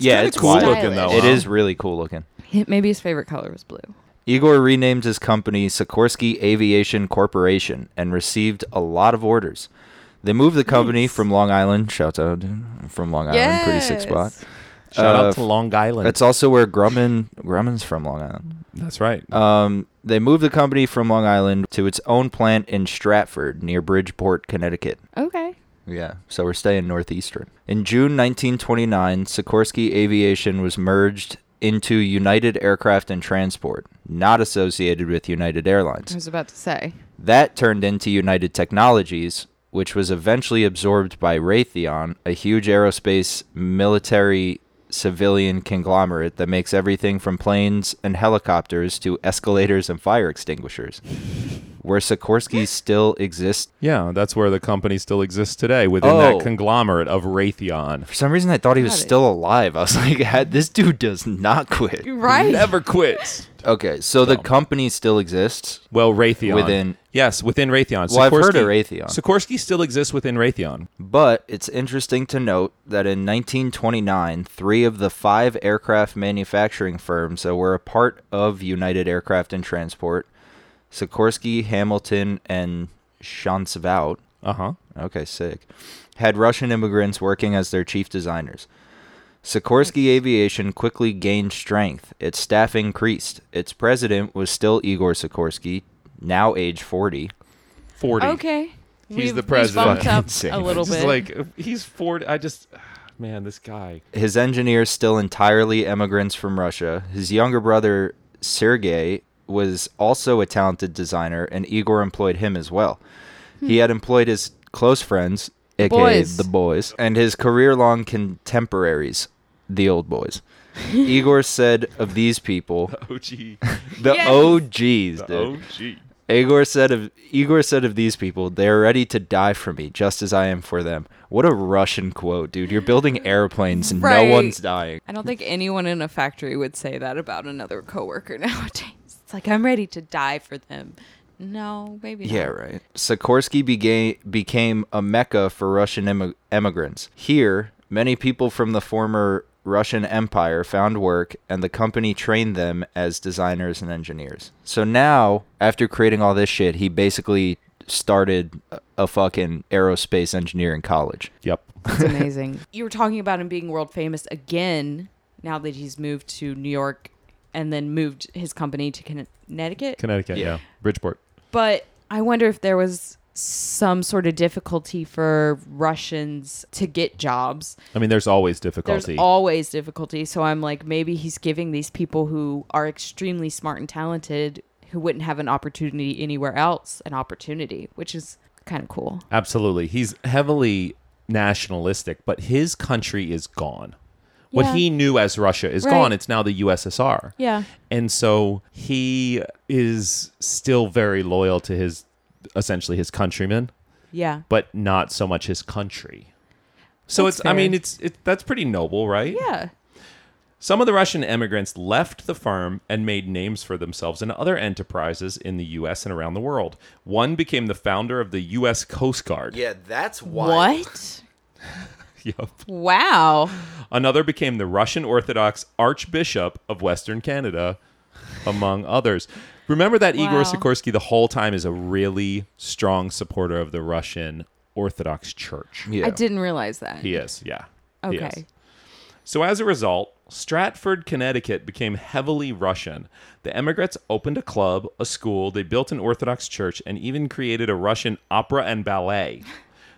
S6: yeah,
S5: kinda
S6: it's
S5: cool
S6: wild.
S5: looking, though,
S6: It
S5: huh?
S6: is really cool looking.
S12: It- Maybe his favorite color was blue.
S6: Igor renamed his company Sikorsky Aviation Corporation and received a lot of orders. They moved the company from Long Island, shout out dude, from Long Island, pretty sick spot.
S12: Yes.
S5: Shout
S6: Uh,
S5: out to Long Island.
S6: That's also where Grumman Grumman's from Long Island.
S5: That's right.
S6: Um, they moved the company from Long Island to its own plant in Stratford near Bridgeport, Connecticut.
S12: Okay.
S6: Yeah, so we're staying northeastern. In June 1929, Sikorsky Aviation was merged into United Aircraft and Transport, not associated with United Airlines.
S12: I was about to say.
S6: That turned into United Technologies, which was eventually absorbed by Raytheon, a huge aerospace military civilian conglomerate that makes everything from planes and helicopters to escalators and fire extinguishers. Where Sikorsky still exists.
S5: yeah, that's where the company still exists today within
S6: Oh.
S5: that conglomerate of Raytheon.
S6: For some reason, I thought he was
S12: Got it.
S6: still alive. I was like, "Ha- this dude does not quit.
S12: Right.
S5: Never quits.
S6: Okay, so the company still exists.
S5: Well, Raytheon.
S6: Within-
S5: Yes, within Raytheon.
S6: Well, I've heard of Raytheon.
S5: Sikorsky still exists within Raytheon.
S6: But it's interesting to note that in 1929, three of the five aircraft manufacturing firms that were a part of United Aircraft and Transport, Sikorsky, Hamilton, and Chancevout,
S5: Uh huh.
S6: okay, sick, had Russian immigrants working as their chief designers. Sikorsky Aviation quickly gained strength. Its staff increased. Its president was still Igor Sikorsky, now age 40.
S5: 40.
S12: Okay.
S5: He's
S12: We've-
S5: the president.
S12: We've bumped up
S6: Insane.
S12: a little
S5: Just
S12: bit.
S5: like, uh, he's 40. I just, man, this guy.
S6: his engineers still entirely emigrants from Russia. His younger brother Sergei was also a talented designer, and Igor employed him as well. He had employed his close friends, aka
S12: boys.
S6: the boys, and his career-long contemporaries, the old boys. Igor said of these people,
S5: OG.
S6: the
S12: Yes.
S6: OGs, dude.
S5: OG.
S6: Igor said of Igor said of these people, they are ready to die for me, just as I am for them. What a Russian quote, dude! You're building airplanes, and
S12: Right.
S6: no one's dying.
S12: I don't think anyone in a factory would say that about another coworker nowadays. It's like I'm ready to die for them. No, maybe
S6: Yeah,
S12: not.
S6: right. Sikorsky became became a mecca for Russian emig- emigrants. Here, many people from the former Russian Empire found work, and the company trained them as designers and engineers. So now, after creating all this shit, he basically started a- a fucking aerospace engineer in college.
S5: Yep.
S12: It's amazing. you were talking about him being world famous again now that he's moved to New York and then moved his company to Conne- Connecticut.
S5: Connecticut. Yeah.
S6: Yeah.
S5: Bridgeport.
S12: But I wonder if there was some sort of difficulty for Russians to get jobs.
S5: I mean, there's always
S12: There's
S5: difficulty.
S12: always difficulty. So I'm like, maybe he's giving these people who are extremely smart and talented who wouldn't have an opportunity anywhere else an opportunity, which is kind of cool.
S5: Absolutely. He's heavily nationalistic, but his country is gone.
S12: Yeah.
S5: What he knew as Russia is
S12: Right.
S5: gone. It's now the USSR.
S12: Yeah.
S5: And so he is still very loyal to his essentially his countrymen,
S12: Yeah.
S5: but not so much his country. So
S12: That's
S5: it's I
S12: fair.
S5: mean it's it, that's pretty noble, right?
S12: Yeah.
S5: Some of the Russian immigrants left the firm and made names for themselves in other enterprises in the US and around the world. One became the founder of the US Coast Guard.
S6: Yeah, that's
S12: What?
S5: Yep.
S12: Wow.
S5: Another became the Russian Orthodox Archbishop of Western Canada, among others. Remember that
S12: Wow.
S5: Igor Sikorsky the whole time is a really strong supporter of the Russian Orthodox Church.
S6: Yeah.
S12: I didn't realize that.
S5: He is, yeah. He
S12: Okay.
S5: is. So as a result, Stratford, Connecticut became heavily Russian. The emigrants opened a club, a school, they built an Orthodox church, and even created a Russian opera and ballet.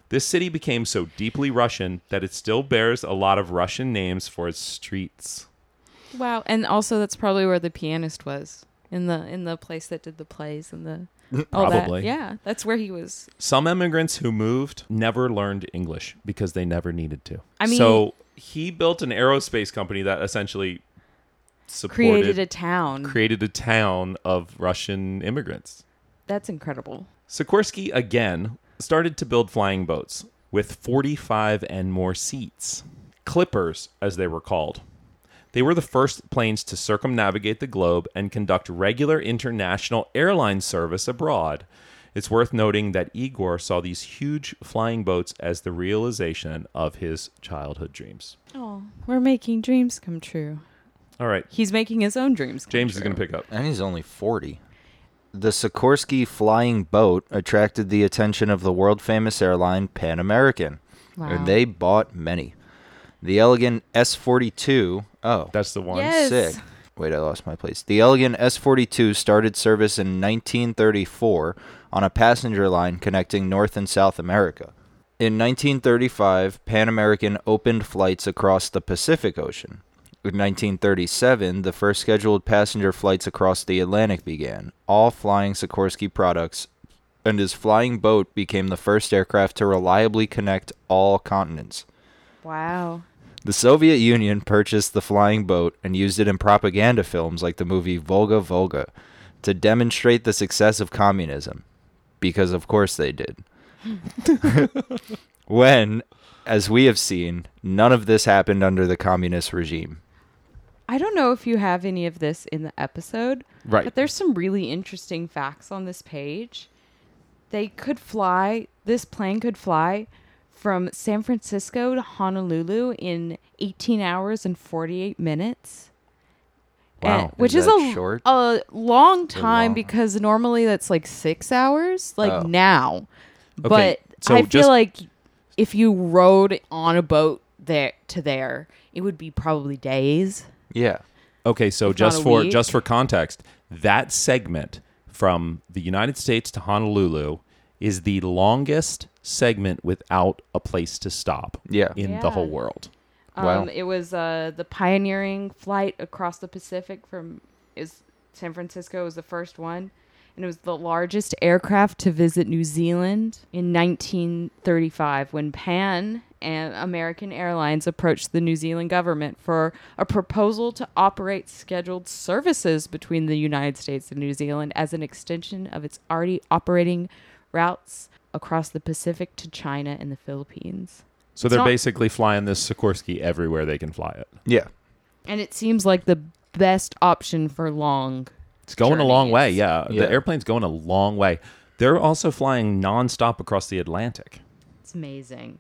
S5: This city became so deeply Russian that it still bears a lot of Russian names for its streets.
S12: Wow. And also that's probably where the pianist was in the in the place that did the plays and the all that.
S5: Probably.
S12: Yeah. That's where he was.
S5: Some immigrants who moved never learned English because they never needed to.
S12: I mean-
S5: so he built an aerospace company that essentially supported
S12: Created a town.
S5: created a town of Russian immigrants.
S12: that's incredible.
S5: Sikorsky again started to build flying boats with 45 and more seats, clippers as they were called. They were the first planes to circumnavigate the globe and conduct regular international airline service abroad. It's worth noting that Igor saw these huge flying boats as the realization of his childhood dreams.
S12: Oh, we're making dreams come true.
S5: All right,
S12: He's making his own dreams. Come
S5: James is
S12: true.
S5: going to pick up.
S6: And he's only 40. The Sikorsky flying boat attracted the attention of the world famous airline Pan American,
S12: Wow.
S6: and they bought many. The elegant S 42, oh,
S5: That's the one.
S12: Yes.
S6: sick. Wait, I lost my place. The elegant S 42 started service in 1934 on a passenger line connecting North and South America. In 1935, Pan American opened flights across the Pacific Ocean. In 1937, the first scheduled passenger flights across the Atlantic began, all flying Sikorsky products, and his flying boat became the first aircraft to reliably connect all continents.
S12: Wow.
S6: The Soviet Union purchased the flying boat and used it in propaganda films like the movie Volga Volga to demonstrate the success of communism. Because, of course, they did. when, as we have seen, none of this happened under the communist regime.
S12: I don't know if you have any of this in the episode.
S5: Right.
S12: But there's some really interesting facts on this page. They could fly, this plane could fly from San Francisco to Honolulu in 18 hours and 48 minutes.
S5: Wow.
S12: And- which is,
S6: Is that
S12: a,
S6: short?
S12: a long time
S6: long?
S12: because normally that's like six hours, like
S6: Oh.
S12: now.
S5: Okay,
S12: But
S5: so
S12: I feel
S5: just-
S12: like if you rode on a boat there to there, it would be probably days.
S6: Yeah.
S5: Okay, so
S12: not
S5: just
S12: a
S5: for
S12: week.
S5: just for context, that segment from the United States to Honolulu is the longest segment without a place to stop
S6: Yeah.
S5: in the whole
S12: Yeah.
S5: world.
S6: Wow.
S12: Um, it was uh, the pioneering flight across the Pacific from is San Francisco was the first one, and it was the largest aircraft to visit New Zealand in 1935 when Pan and American Airlines approached the New Zealand government for a proposal to operate scheduled services between the United States and New Zealand as an extension of its already operating routes across the Pacific to China and the Philippines.
S5: So they're
S12: not-
S5: basically flying this Sikorsky everywhere they can fly it.
S6: Yeah.
S12: And it seems like the best option for long.
S5: It's going a long way,
S12: Journeys.
S5: yeah.
S6: Yeah.
S5: The airplane's going a long way. They're also flying nonstop across the Atlantic.
S12: It's amazing.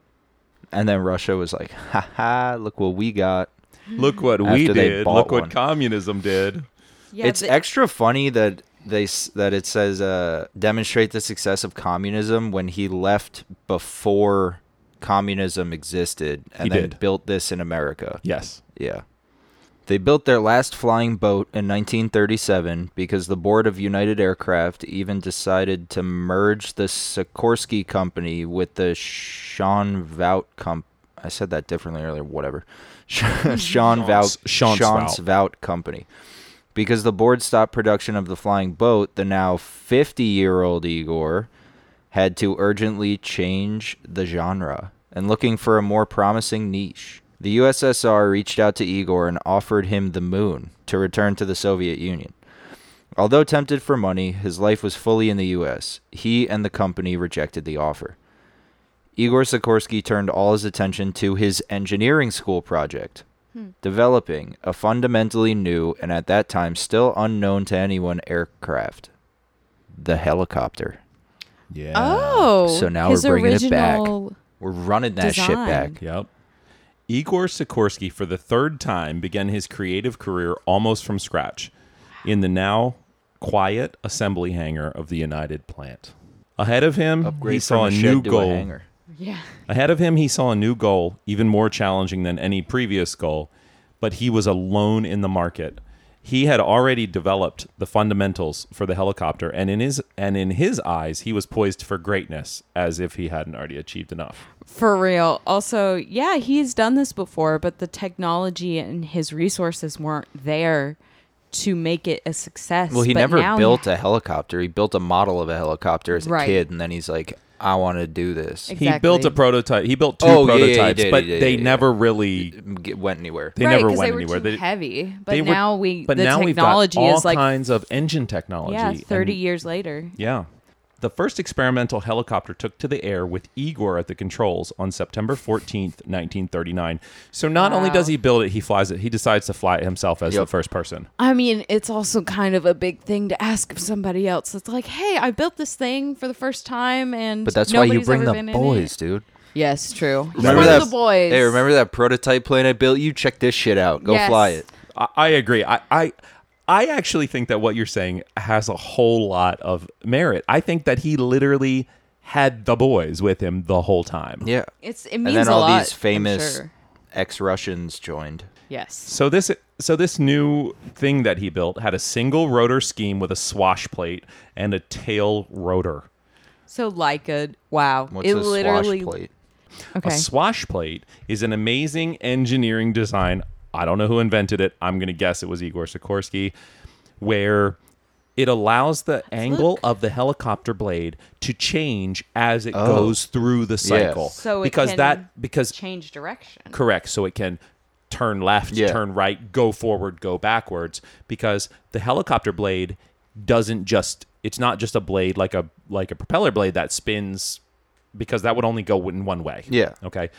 S6: And then Russia was like, ha ha, look what we got.
S5: Look what we
S6: After they
S5: did.
S6: bought
S5: Look what
S6: one.
S5: communism did.
S12: Yeah,
S6: it's extra funny that they s- that it says uh, demonstrate the success of communism when he left before communism existed and
S5: He
S6: then
S5: did.
S6: built this in America.
S5: Yes.
S6: Yeah. They built their last flying boat in 1937 because the board of United Aircraft even decided to merge the Sikorsky company with the Sean Vout comp. I said that differently earlier. Whatever. Sean Vout.
S5: Sean's Vout.
S6: Vout company. Because the board stopped production of the flying boat, the now 50-year-old Igor had to urgently change the genre and looking for a more promising niche. The USSR reached out to Igor and offered him the moon to return to the Soviet Union. Although tempted for money, his life was fully in the US. He and the company rejected the offer. Igor Sikorsky turned all his attention to his engineering school project, developing a fundamentally new and at that time still unknown to anyone aircraft, the helicopter.
S5: Yeah.
S12: Oh,
S6: So now we're
S12: his
S6: bringing it back.
S12: original-
S6: We're running that shit
S12: Design.
S6: back.
S5: Yep. Igor Sikorsky, for the third time, began his creative career almost from scratch in the now quiet assembly hangar of the United plant. Ahead of him, he saw a new goal.
S12: Yeah.
S5: Ahead of him, he saw a new goal, even more challenging than any previous goal, but he was alone in the market. He had already developed the fundamentals for the helicopter, and in his and in his eyes, he was poised for greatness, as if he hadn't already achieved enough.
S12: For real. Also, yeah, he's done this before, but the technology and his resources weren't there to make it a success.
S6: Well, he
S12: But
S6: never
S12: now
S6: built a helicopter. He built a model of a helicopter as a
S12: Right.
S6: kid, and then he's like, "I want to do this."
S12: Ex-
S5: He built a
S12: Exactly.
S5: prototype. He built two
S6: Oh, yeah, yeah, he
S5: prototypes,
S6: did,
S5: but
S6: he did,
S5: they
S6: yeah, yeah.
S5: never really
S6: It went anywhere.
S5: they
S12: right,
S5: never
S12: 'cause
S5: went
S12: they were
S5: anywhere.
S12: Too
S5: They-
S12: heavy, but
S5: they were-
S12: now we
S5: but
S12: the
S5: now
S12: technology
S5: we've got all
S12: is like
S5: kinds of engine technology.
S12: yeah, thirty
S5: and-
S12: years later.
S5: Yeah. The first experimental helicopter took to the air with Igor at the controls on September 14th, 1939. So not only does he build it, he flies it. He decides to fly it himself as the
S6: Yep.
S5: first person.
S12: I mean, it's also kind of a big thing to ask of somebody else. It's like, hey, I built this thing for the first time, and
S6: But that's why you
S12: nobody's
S6: bring
S12: ever
S6: the
S12: been in
S6: boys,
S12: it.
S6: dude.
S12: Yes, true.
S10: one of the boys.
S6: Hey, remember that prototype plane I built? You check this shit out. Go
S10: Yes.
S6: fly it.
S5: I, I agree. I, I I actually think that what you're saying has a whole lot of merit. I think that he literally had the boys with him the whole time.
S6: Yeah.
S12: It's it means
S6: And then
S12: a
S6: all
S12: lot.
S6: these
S12: I'm
S6: famous
S12: sure.
S6: ex-Russians joined.
S12: Yes.
S5: So this so this new thing that he built had a single rotor scheme with a swash plate and a tail rotor.
S12: So like a wow.
S6: What's
S12: it
S6: a
S12: literally
S6: swash plate?
S12: okay.
S5: A swash plate is an amazing engineering design. I don't know who invented it. I'm going to guess it was Igor Sikorsky, where it allows the angle
S12: look.
S5: of the helicopter blade to change as it goes through the cycle.
S12: So it
S5: because
S12: can
S5: that because
S12: change direction.
S5: correct, so it can turn left,
S6: Yeah.
S5: turn right, go forward, go backwards because the helicopter blade doesn't just it's not just a blade like a like a propeller blade that spins because that would only go in one way.
S6: Yeah.
S5: Okay.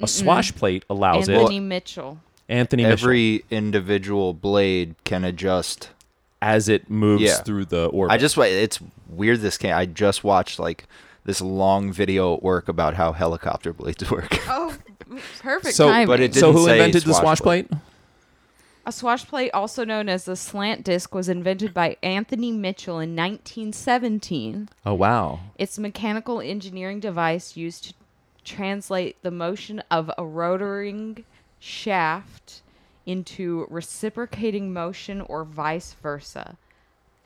S5: A swash plate allows
S12: Anthony
S5: it.
S12: Mitchell.
S5: Anthony Mitchell,
S6: Every individual blade can adjust
S5: as it moves
S6: Yeah.
S5: through the orbit.
S6: I just wa- it's weird this can I just watched like this long video at work about how helicopter blades work.
S12: Oh, perfect
S5: so,
S12: timing.
S6: but it
S5: so
S6: didn't
S5: who
S6: say
S5: invented the
S6: swash
S5: swash plate?
S6: plate.
S12: a swash plate, also known as the slant disc, was invented by Anthony Mitchell in 1917.
S5: Oh wow!
S12: It's a mechanical engineering device used to translate the motion of a rotoring shaft into reciprocating motion or vice versa.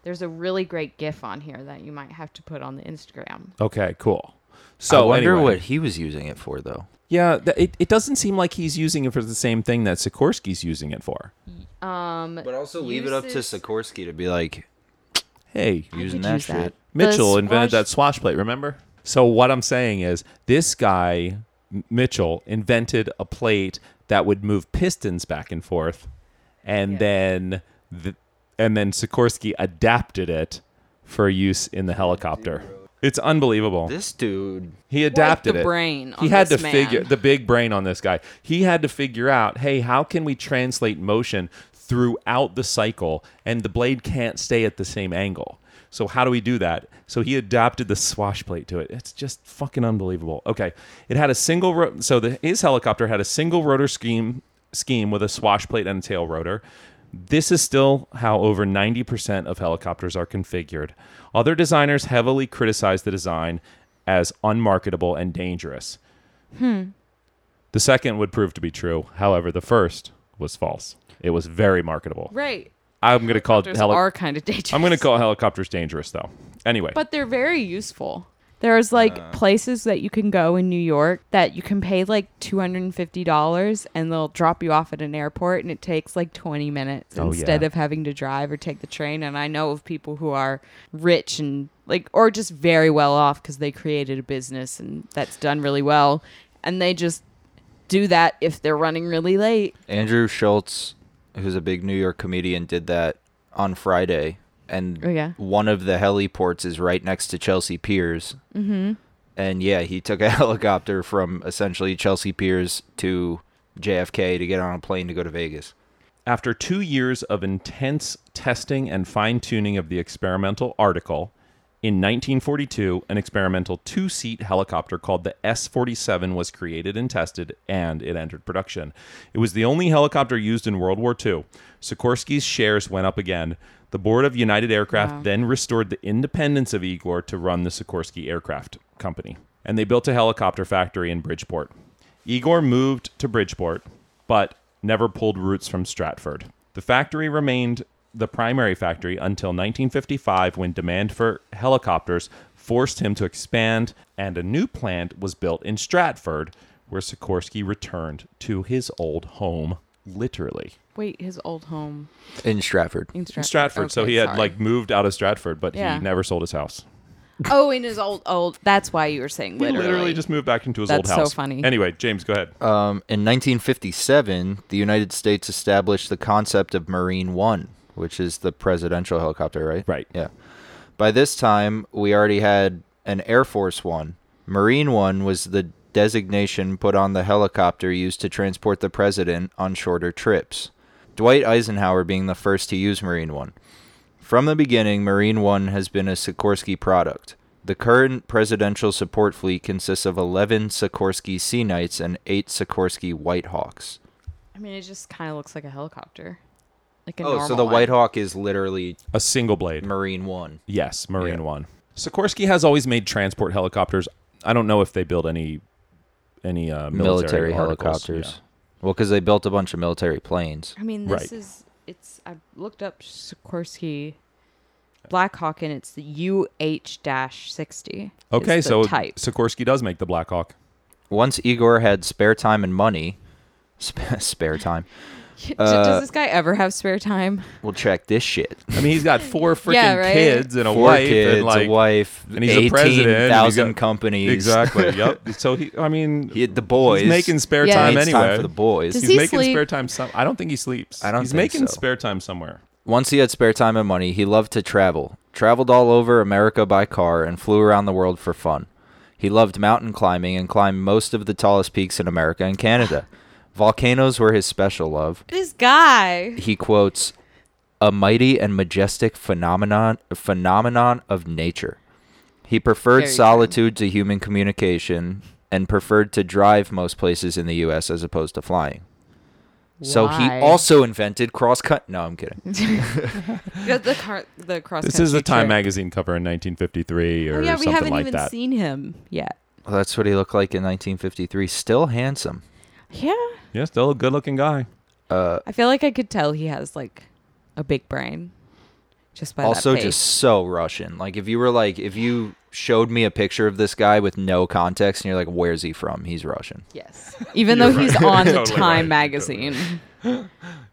S12: There's a really great GIF on here that you might have to put on the Instagram.
S5: Okay, cool. So
S6: I wonder
S5: anyway,
S6: what he was using it for though.
S5: Yeah, th- it, it doesn't seem like he's using it for the same thing that Sikorsky's using it for.
S12: Um,
S6: But also leave it up to
S12: uses-
S6: Sikorsky to be like
S5: Hey,
S6: using
S12: could
S6: that
S12: use
S6: shit.
S12: that.
S5: Mitchell
S12: The
S5: invented
S12: squash-
S5: that swash plate, remember? So what I'm saying is this guy M- Mitchell invented a plate that would move pistons back and forth and then the, and then Sikorsky adapted it for use in the helicopter. It's unbelievable.
S6: This dude
S5: He adapted
S12: the
S5: it.
S12: brain
S5: he
S12: on
S5: had
S12: this
S5: to figure
S12: man.
S5: the big brain on this guy. He had to figure out, hey, how can we translate motion throughout the cycle and the blade can't stay at the same angle. So how do we do that? So he adapted the swash plate to it. It's just fucking unbelievable. Okay, it had a single ro- so the, his helicopter had a single rotor scheme scheme with a swash plate and a tail rotor. This is still how over 90% of helicopters are configured. Other designers heavily criticize the design as unmarketable and dangerous. The second would prove to be true. However, the first was false. It was very marketable.
S12: Right.
S5: I'm going to call
S12: Those
S5: heli-
S12: are kind of dangerous.
S5: I'm going to call helicopters dangerous though. Anyway,
S12: But they're very useful. There's like
S5: Uh.
S12: places that you can go in New York that you can pay like two hundred and fifty dollars, and they'll drop you off at an airport, and it takes like twenty minutes
S5: Oh,
S12: instead
S5: yeah.
S12: of having to drive or take the train. And I know of people who are rich and like, or just very well off because they created a business and that's done really well, and they just do that if they're running really late.
S6: Andrew Schultz, who's a big New York comedian, did that on Friday, and
S12: Oh, yeah.
S6: one of the heliports is right next to Chelsea Piers. Mm-hmm. And yeah, he took a helicopter from essentially Chelsea Piers to JFK to get on a plane to go to Vegas.
S5: after 2 years of intense testing and fine-tuning of the experimental article, in 1942, an experimental two-seat helicopter called the S-47 was created and tested and it entered production. It was the only helicopter used in World War II. Sikorsky's shares went up again. The board of United Aircraft then restored the independence of Igor to run the Sikorsky Aircraft Company, and they built a helicopter factory in Bridgeport. Igor moved to Bridgeport, but never pulled roots from Stratford. The factory remained the primary factory until 1955 when demand for helicopters forced him to expand and a new plant was built in Stratford where Sikorsky returned to his old home literally.
S12: Wait, his old home
S6: In Stratford.
S12: in
S5: In
S12: Stratford.
S5: Stratford. so
S12: Okay,
S5: he had
S12: sorry.
S5: like moved out of Stratford but
S12: Yeah.
S5: he never sold his house.
S12: oh, in his old old. That's why you were saying
S5: He
S12: literally.
S5: literally just moved back into his
S12: That's
S5: old
S12: so
S5: house.
S12: funny.
S5: Anyway, James, go ahead.
S6: Um, in 1957, the United States established the concept of Marine One, which is the presidential helicopter, right?
S5: Right.
S6: Yeah. By this time, we already had an Air Force One. Marine One was the designation put on the helicopter used to transport the president on shorter trips. Dwight Eisenhower being the first to use Marine One. From the beginning, Marine One has been a Sikorsky product. The current presidential support fleet consists of 11 Sikorsky Sea Knights and 8 Sikorsky White Hawks.
S12: I mean, it just kind of looks like a helicopter, like a
S6: Oh, so
S12: normal
S6: the
S12: one.
S6: White Hawk is literally
S5: A single blade.
S6: Marine One.
S5: Yes, Marine
S6: Yeah.
S5: One. Sikorsky has always made transport helicopters. I don't know if they build any any uh, military,
S6: military,
S5: articles.
S6: helicopters. Well,
S5: Yeah.
S6: 'cause Well, because they built a bunch of military planes.
S12: I mean, this
S5: Right.
S12: is it's. I looked up Sikorsky Black Hawk, and it's the UH sixty.
S5: Okay,
S12: is the
S5: so
S12: type.
S5: Sikorsky does make the Black Hawk.
S6: Once Igor had spare time and money, sp- spare time.
S12: D-
S6: uh,
S12: Does this guy ever have spare time?
S6: We'll check this shit.
S5: I mean, he's got four freaking
S12: Yeah, right?
S5: kids and a
S6: Four
S5: wife
S6: kids,
S5: and like
S6: a wife,
S5: and he's a president. and he's
S6: 18,000
S5: got-
S6: companies.
S5: Exactly. yep. So he, I mean,
S6: He had the boys.
S5: he's making spare
S12: Yeah.
S5: time
S6: He needs
S5: anyway.
S6: time for the boys.
S5: He's
S12: Does he
S5: making
S12: sleep?
S5: spare time. Some. I don't think he sleeps.
S6: I don't
S5: He's
S6: think
S5: making
S6: so.
S5: spare time somewhere.
S6: Once he had spare time and money, he loved to travel, traveled all over America by car, and flew around the world for fun. He loved mountain climbing and climbed most of the tallest peaks in America and Canada. Volcanoes were his special love.
S12: This guy.
S6: He quotes, "A mighty and majestic phenomenon phenomenon of nature." He
S12: Very
S6: preferred
S12: good.
S6: solitude to human communication and preferred to drive most places in the U.S. as opposed to flying. So he
S12: Why?
S6: also invented cross cut. No, I'm kidding.
S12: the the, car, the cross.
S5: This is a Time
S12: magazine.
S5: magazine cover in 1953 or
S12: Oh yeah, we
S5: something
S12: haven't
S5: like
S12: even
S5: that.
S12: seen him yet.
S6: Well, that's what he looked like in 1953. Still handsome.
S12: Yeah,
S5: yeah, still a good-looking guy.
S6: Uh,
S12: I feel like I could tell he has like a big brain, just by
S6: also,
S12: that face.
S6: just so Russian. Like, if you were like, if you showed me a picture of this guy with no context, and you're like, "Where's he from? He's Russian."
S12: yes. Even though he's on the
S5: Totally right.
S12: Time
S5: You're
S12: magazine.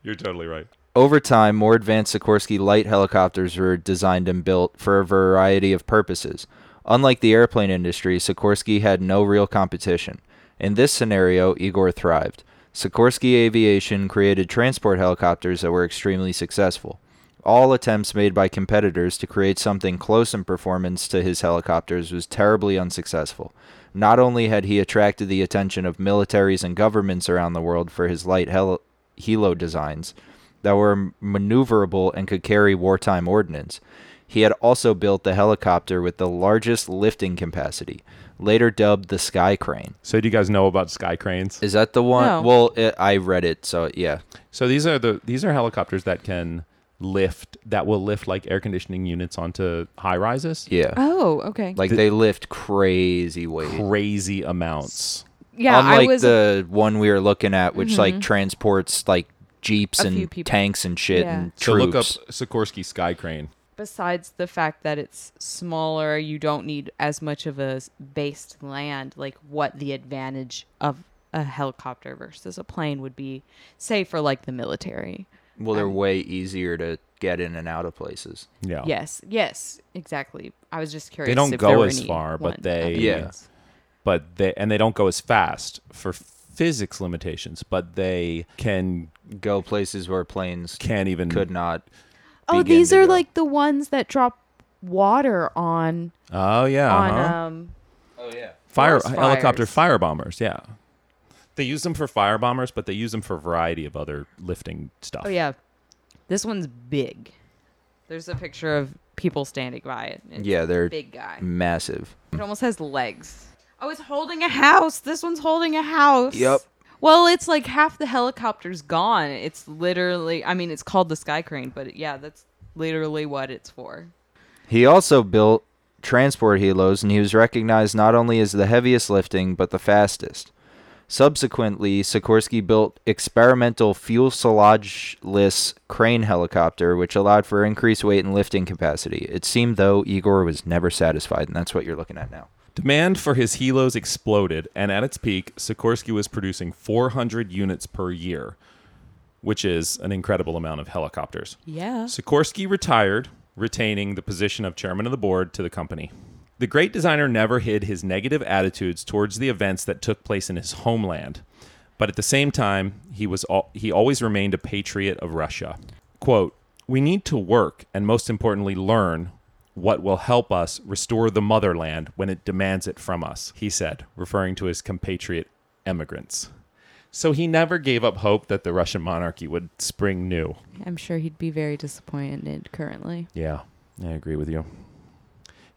S5: You're totally right.
S6: Over time, more advanced Sikorsky light helicopters were designed and built for a variety of purposes. Unlike the airplane industry, Sikorsky had no real competition. In this scenario, Igor thrived. Sikorsky Aviation created transport helicopters that were extremely successful. All attempts made by competitors to create something close in performance to his helicopters was terribly unsuccessful. Not only had he attracted the attention of militaries and governments around the world for his light heli- helo designs, that were maneuverable and could carry wartime ordnance. He had also built the helicopter with the largest lifting capacity, later dubbed the Sky Crane.
S5: So do you guys know about sky cranes?
S6: Is that the one?
S12: No.
S6: Well, it, I read it, so yeah.
S5: So these are the these are helicopters that can lift that will lift like air conditioning units onto high rises.
S6: Yeah.
S12: Oh, okay.
S6: like they lift crazy weight.
S5: Crazy amounts.
S12: yeah,
S6: Unlike
S12: I was. Mm-hmm.
S6: the one we were looking at, which like transports like jeeps
S12: A few
S6: and
S12: people.
S6: tanks and shit
S12: Yeah.
S6: and
S5: So
S6: troops.
S5: look up Sikorsky sky crane.
S12: besides the fact that it's smaller, you don't need as much of a s- based land. Like what the advantage of a helicopter versus a plane would be, say for like the military.
S6: Well, they're way easier to get in and out of places.
S5: Yeah.
S12: Yes, yes, exactly. I was just curious.
S5: Oh. don't
S12: if
S5: go
S12: there were
S5: as
S12: any
S5: far, but
S12: ones
S5: they-
S12: other
S6: Yeah.
S12: ones.
S5: But they and they don't go as fast for physics limitations, but they can
S6: Go places where planes
S5: can't even
S6: could not.
S12: Oh,
S6: begin
S12: these
S6: to
S12: are
S6: go.
S12: like the ones that drop water on
S5: Oh yeah.
S12: on
S5: uh-huh.
S12: um
S5: fire
S12: Forest
S5: helicopter
S12: fires.
S5: fire bombers. Yeah, they use them for fire bombers, but they use them for a variety of other lifting stuff.
S12: Oh yeah, this one's big. There's a picture of people standing by it. It's
S6: Yeah, they're
S12: big guy.
S6: massive.
S12: It almost has legs. Oh, it's holding a house. This one's holding a house.
S6: Yep.
S12: Well, it's like half the helicopter's gone. It's literally. I mean, it's called the sky crane, but yeah, that's literally what it's for.
S6: He also built transport helos, and he was recognized not only as the heaviest lifting, but the fastest. Subsequently, Sikorsky built experimental fuselageless crane helicopter, which allowed for increased weight and lifting capacity. It seemed, though, Igor was never satisfied, and that's what you're looking at now.
S5: Demand for his helos exploded, and at its peak, Sikorsky was producing 400 units per year, which is an incredible amount of helicopters.
S12: Yeah.
S5: Sikorsky retired, retaining the position of chairman of the board to the company. The great designer never hid his negative attitudes towards the events that took place in his homeland, but at the same time, he was al- he always remained a patriot of Russia. Quote, "We need to work and most importantly learn what will help us restore the motherland when it demands it from us," he said, referring to his compatriot emigrants. So he never gave up hope that the Russian monarchy would spring new.
S12: I'm sure he'd be very disappointed currently.
S5: Yeah, I agree with you.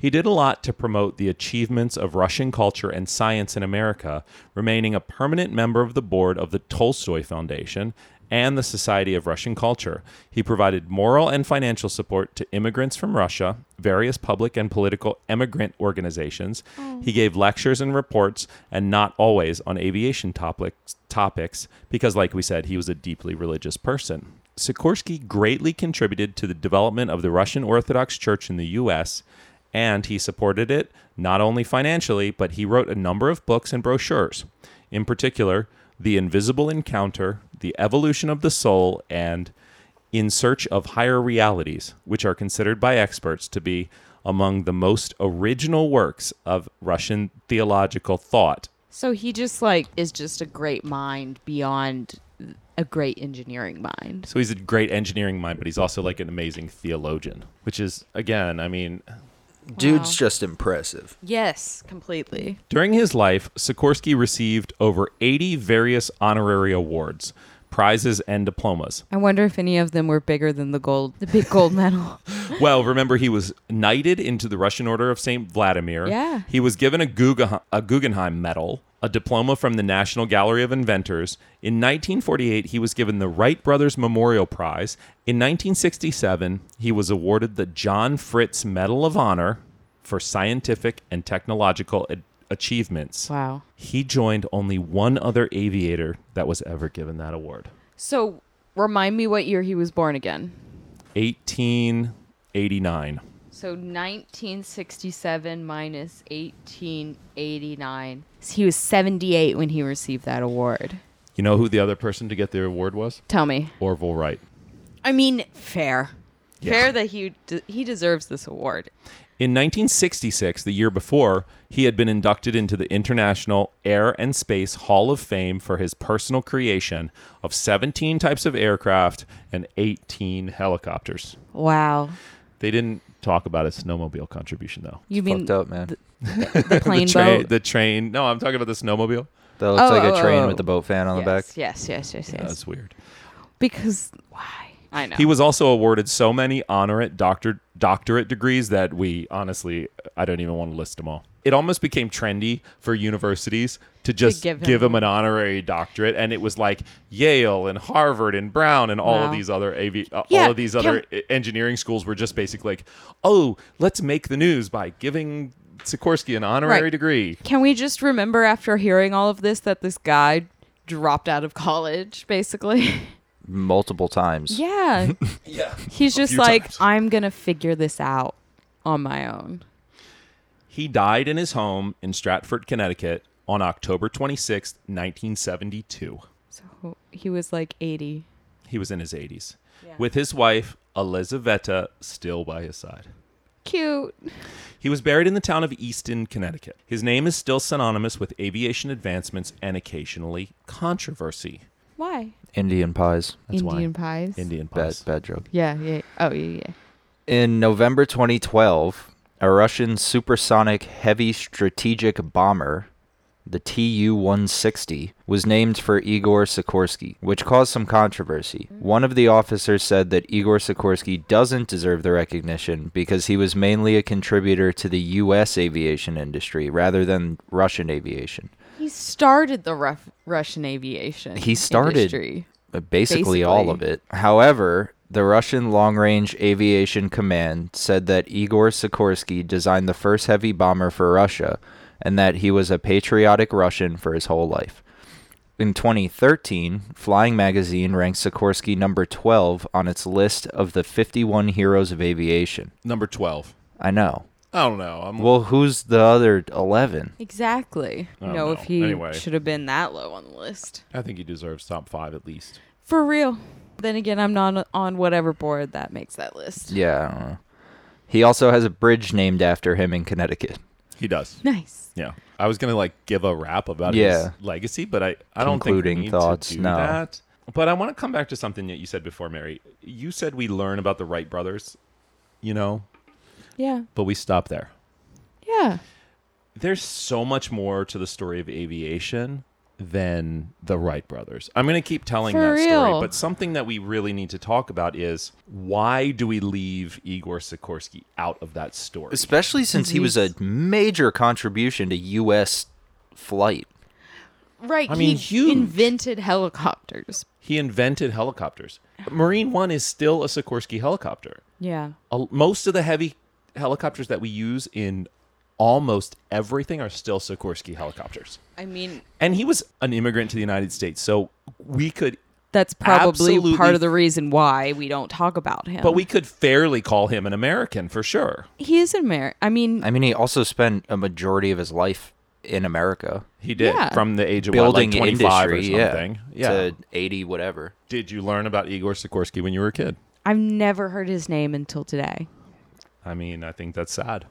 S5: He did a lot to promote the achievements of Russian culture and science in America, remaining a permanent member of the board of the Tolstoy Foundation and the Society of Russian Culture. He provided moral and financial support to immigrants from Russia, various public and political emigrant organizations. He gave lectures and reports, and not always on aviation topics, topics, because, like we said, he was a deeply religious person. Sikorsky greatly contributed to the development of the Russian Orthodox Church in the U.S and he supported it not only financially, but he wrote a number of books and brochures, in particular, The Invisible Encounter, The Evolution of the Soul, and In Search of Higher Realities, which are considered by experts to be among the most original works of Russian theological thought.
S12: So he just like is just a great mind beyond a great engineering mind.
S5: So he's a great engineering mind, but he's also like an amazing theologian, which is, again, I mean,
S6: Dude's just impressive.
S12: Yes, completely.
S5: During his life, Sikorsky received over 80 various honorary awards, prizes, and diplomas.
S12: I wonder if any of them were bigger than the gold, the big gold medal.
S5: Well, remember, he was knighted into the Russian Order of St. Vladimir.
S12: Yeah.
S5: He was given a Guggenheim, a Guggenheim Medal, a diploma from the National Gallery of Inventors. In 1948, he was given the Wright Brothers Memorial Prize. In 1967, he was awarded the John Fritz Medal of Honor for scientific and technological a- achievements.
S12: wow.
S5: He joined only one other aviator that was ever given that award.
S12: So remind me what year he was born again.
S5: 1889.
S12: So 1967 minus 1889. He was 78 when he received that award.
S5: You know who the other person to get the award was?
S12: Tell me.
S5: Orville Wright.
S12: I mean, fair.
S5: Yeah.
S12: Fair that he de- he deserves this award.
S5: In 1966, the year before, he had been inducted into the International Air and Space Hall of Fame for his personal creation of 17 types of aircraft and 18 helicopters.
S12: Wow.
S5: They didn't talk about his snowmobile contribution, though.
S12: You mean
S6: Fucked up, man.
S12: the plane
S5: the, train,
S12: boat?
S5: the train. No, I'm talking about the snowmobile.
S6: that looks
S12: Oh,
S6: like
S12: oh,
S6: a train
S12: oh.
S6: with the boat fan on the back.
S12: yes, yes, yes, yes, yes.
S5: That's weird.
S12: Because why? I know.
S5: He was also awarded so many honorate doctor, doctorate degrees that we honestly, I don't even want to list them all. It almost became trendy for universities to just
S12: give
S5: give him,
S12: him-
S5: an honorary doctorate, and it was like Yale and Harvard and Brown and all of
S12: Wow.
S5: these other AV, uh,
S12: Yeah,
S5: all of these other e- engineering schools were just basically like, oh, let's make the news by giving Sikorsky an honorary
S12: Right.
S5: degree.
S12: Can we just remember after hearing all of this that this guy dropped out of college, basically?
S6: multiple times.
S12: Yeah.
S5: Yeah.
S12: He's just
S5: few
S12: like,
S5: times.
S12: I'm going to figure this out on my own.
S5: He died in his home in Stratford, Connecticut on October 26th, 1972.
S12: So he was like 80.
S5: He was in his 80s with his wife, Elizaveta, still by his side.
S12: Cute.
S5: He was buried in the town of Easton, Connecticut. His name is still synonymous with aviation advancements and occasionally controversy.
S12: Why?
S6: Indian pies.
S5: That's why.
S12: Indian pies.
S5: Indian
S6: Bad,
S5: pies.
S6: bad joke.
S12: Yeah, yeah. Oh, yeah, yeah.
S6: In November 2012, a Russian supersonic heavy strategic bomber, the Tu 160, was named for Igor Sikorsky, which caused some controversy. One of the officers said that Igor Sikorsky doesn't deserve the recognition because he was mainly a contributor to the U.S. aviation industry rather than Russian aviation.
S12: He started the rough Russian aviation.
S6: He started-
S12: industry.
S6: Uh, basically all of it. However, the Russian Long Range Aviation Command said that Igor Sikorsky designed the first heavy bomber for Russia and that he was a patriotic Russian for his whole life. In 2013, Flying Magazine ranked Sikorsky number 12 on its list of the 51 heroes of aviation.
S5: Number 12.
S6: I know.
S5: I don't know. I'm
S6: Well, who's the other 11?
S12: Exactly. No,
S5: don't know.
S12: if he
S5: Anyway.
S12: should have been that low on the list.
S5: I think he deserves top 5 at least.
S12: For real. Then again, I'm not on whatever board that makes that list.
S6: Yeah, I don't know. He also has a bridge named after him in Connecticut.
S5: He does.
S12: Nice.
S5: Yeah. I was gonna like give a rap about
S6: Yeah.
S5: his legacy, but I, I don't
S6: Concluding
S5: think we need
S6: thoughts,
S5: to do
S6: no.
S5: that. But I want to come back to something that you said before, Mary. You said we learn about the Wright brothers, you know,
S12: Yeah.
S5: but we stop there.
S12: Yeah.
S5: There's so much more to the story of aviation than the Wright brothers. I'm going to keep telling
S12: For
S5: that story,
S12: real.
S5: but something that we really need to talk about is why do we leave Igor Sikorsky out of that story?
S6: especially since he was a major contribution to U.S. flight.
S12: Right.
S5: I mean,
S12: he
S5: huge.
S12: invented helicopters.
S5: He invented helicopters. Marine One is still a Sikorsky helicopter.
S12: Yeah.
S5: a- most of the heavy helicopters that we use in almost everything are still Sikorsky helicopters.
S12: I mean,
S5: And he was an immigrant to the United States, so we could
S12: that's probably
S5: Absolutely.
S12: part of the reason why we don't talk about him.
S5: but we could fairly call him an American for sure.
S12: he is in America. I mean,
S6: I mean, he also spent a majority of his life in America
S5: He did
S12: Yeah.
S5: from the age of what, like
S6: building
S5: 25
S6: industry,
S5: or
S6: yeah,
S5: something.
S6: to eighty whatever.
S5: Did you learn about Igor Sikorsky when you were a kid?
S12: I've never heard his name until today.
S5: I mean, I think that's sad.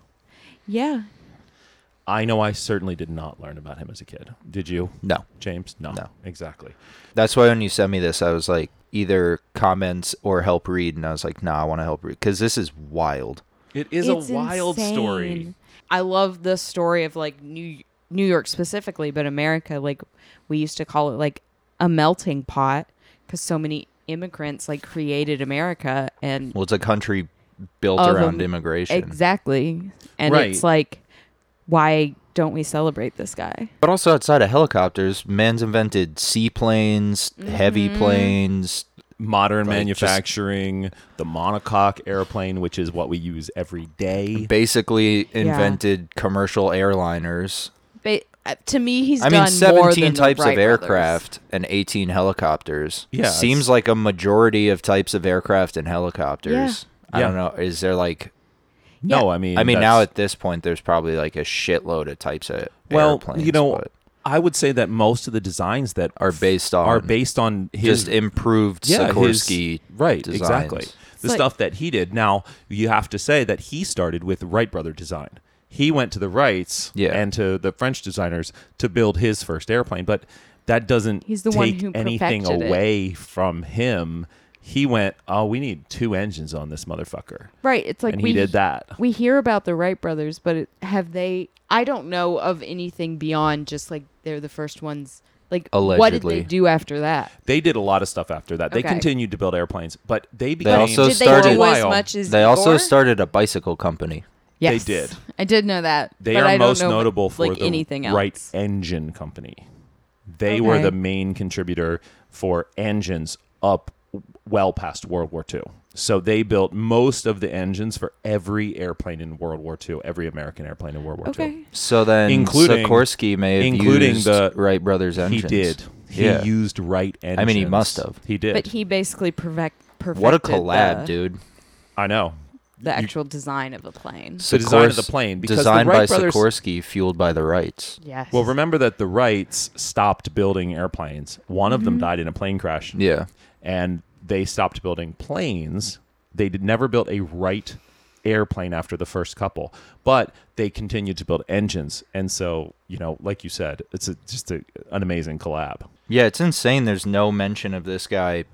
S12: Yeah.
S5: I know I certainly did not learn about him as a kid. Did you?
S6: No,
S5: James? No.
S6: No.
S5: Exactly.
S6: that's why when you sent me this, I was like either comments or help read, and I was like, nah, I want to help read because this is wild.
S5: It is a wild
S12: insane.
S5: story.
S12: I love the story of like New New York specifically, but America, like we used to call it like a melting pot because so many immigrants like created America and
S6: Well, it's a country built
S12: Of
S6: around
S12: Am-
S6: immigration,
S12: exactly, and
S5: Right.
S12: it's like why don't we celebrate this guy?
S6: but also outside of helicopters, man's invented seaplanes, heavy planes,
S5: modern
S6: Like, just-
S5: manufacturing, the monocoque airplane, which is what we use every day.
S6: basically invented commercial airliners.
S12: Ba- uh, to me, he's
S6: I
S12: done
S6: mean,
S12: more
S6: 17
S12: than the
S6: types
S12: Wright
S6: of
S12: brothers.
S6: aircraft and 18 helicopters.
S5: Yeah, it's-
S6: Seems like a majority of types of aircraft and helicopters. I
S5: Yeah.
S6: don't know. Is there like,
S5: No, I mean,
S6: I mean, now
S5: that's-
S6: at this point, there's probably like a shitload of types of
S5: well,
S6: airplanes.
S5: you know,
S6: but
S5: I would say that most of the designs that
S6: Are based on-
S5: are based on his
S6: just improved
S5: yeah, his-
S6: Sikorsky.
S5: right,
S6: designs.
S5: exactly. The
S12: like-
S5: stuff that he did. Now you have to say that he started with Wright brother design. He went to the Wrights
S6: Yeah.
S5: and to the French designers to build his first airplane, but that doesn't
S12: He's the one
S5: take
S12: who
S5: anything
S12: perfected it.
S5: away from him. He went, oh, we need two engines on this motherfucker.
S12: Right. It's like
S5: and
S12: we
S5: he did that.
S12: We hear about the Wright brothers, but it, have they? I don't know of anything beyond just like they're the first ones Like, what did
S6: Allegedly.
S12: they do after that?
S5: They did a lot of stuff after that. They
S12: Okay.
S5: continued to build airplanes, but they became
S6: also
S5: for
S12: did
S5: a
S12: they
S6: started-
S12: do as
S5: while,
S12: much as
S6: They also
S12: Igor?
S6: started a bicycle company.
S5: Yes. did.
S12: I did know that.
S5: They
S12: but
S5: are
S12: I don't
S5: most
S12: know,
S5: notable for
S12: like
S5: the
S12: anything else.
S5: Wright Engine Company. They were
S12: Okay.
S5: the main contributor for engines up well past World War II. So they built most of the engines for every airplane in World War II, every American airplane in World War
S12: Okay.
S5: II.
S6: So then
S5: Including-
S6: Sikorsky may have
S5: including
S6: used
S5: the-
S6: Wright brothers
S5: He
S6: engines.
S5: did. He
S6: yeah.
S5: used Wright engines.
S6: I mean, he must have.
S5: He did.
S12: But he basically perfect, perfected
S6: what a collab,
S12: the,
S6: dude.
S5: I know.
S12: The actual design of the plane.
S5: The design of the
S6: Sikors-
S5: plane, because the
S6: designed
S5: Wright
S6: by
S5: brothers-
S6: Sikorsky, fueled by the Wrights.
S12: Yes.
S5: Well, remember that the Wrights stopped building airplanes. One of
S12: Mm-hmm.
S5: them died in a plane crash.
S6: Yeah.
S5: and they stopped building planes. They did never built a Wright airplane after the first couple, but they continued to build engines. And so, you know, like you said, it's a, just a, an amazing collab.
S6: Yeah, it's insane. There's no mention of this guy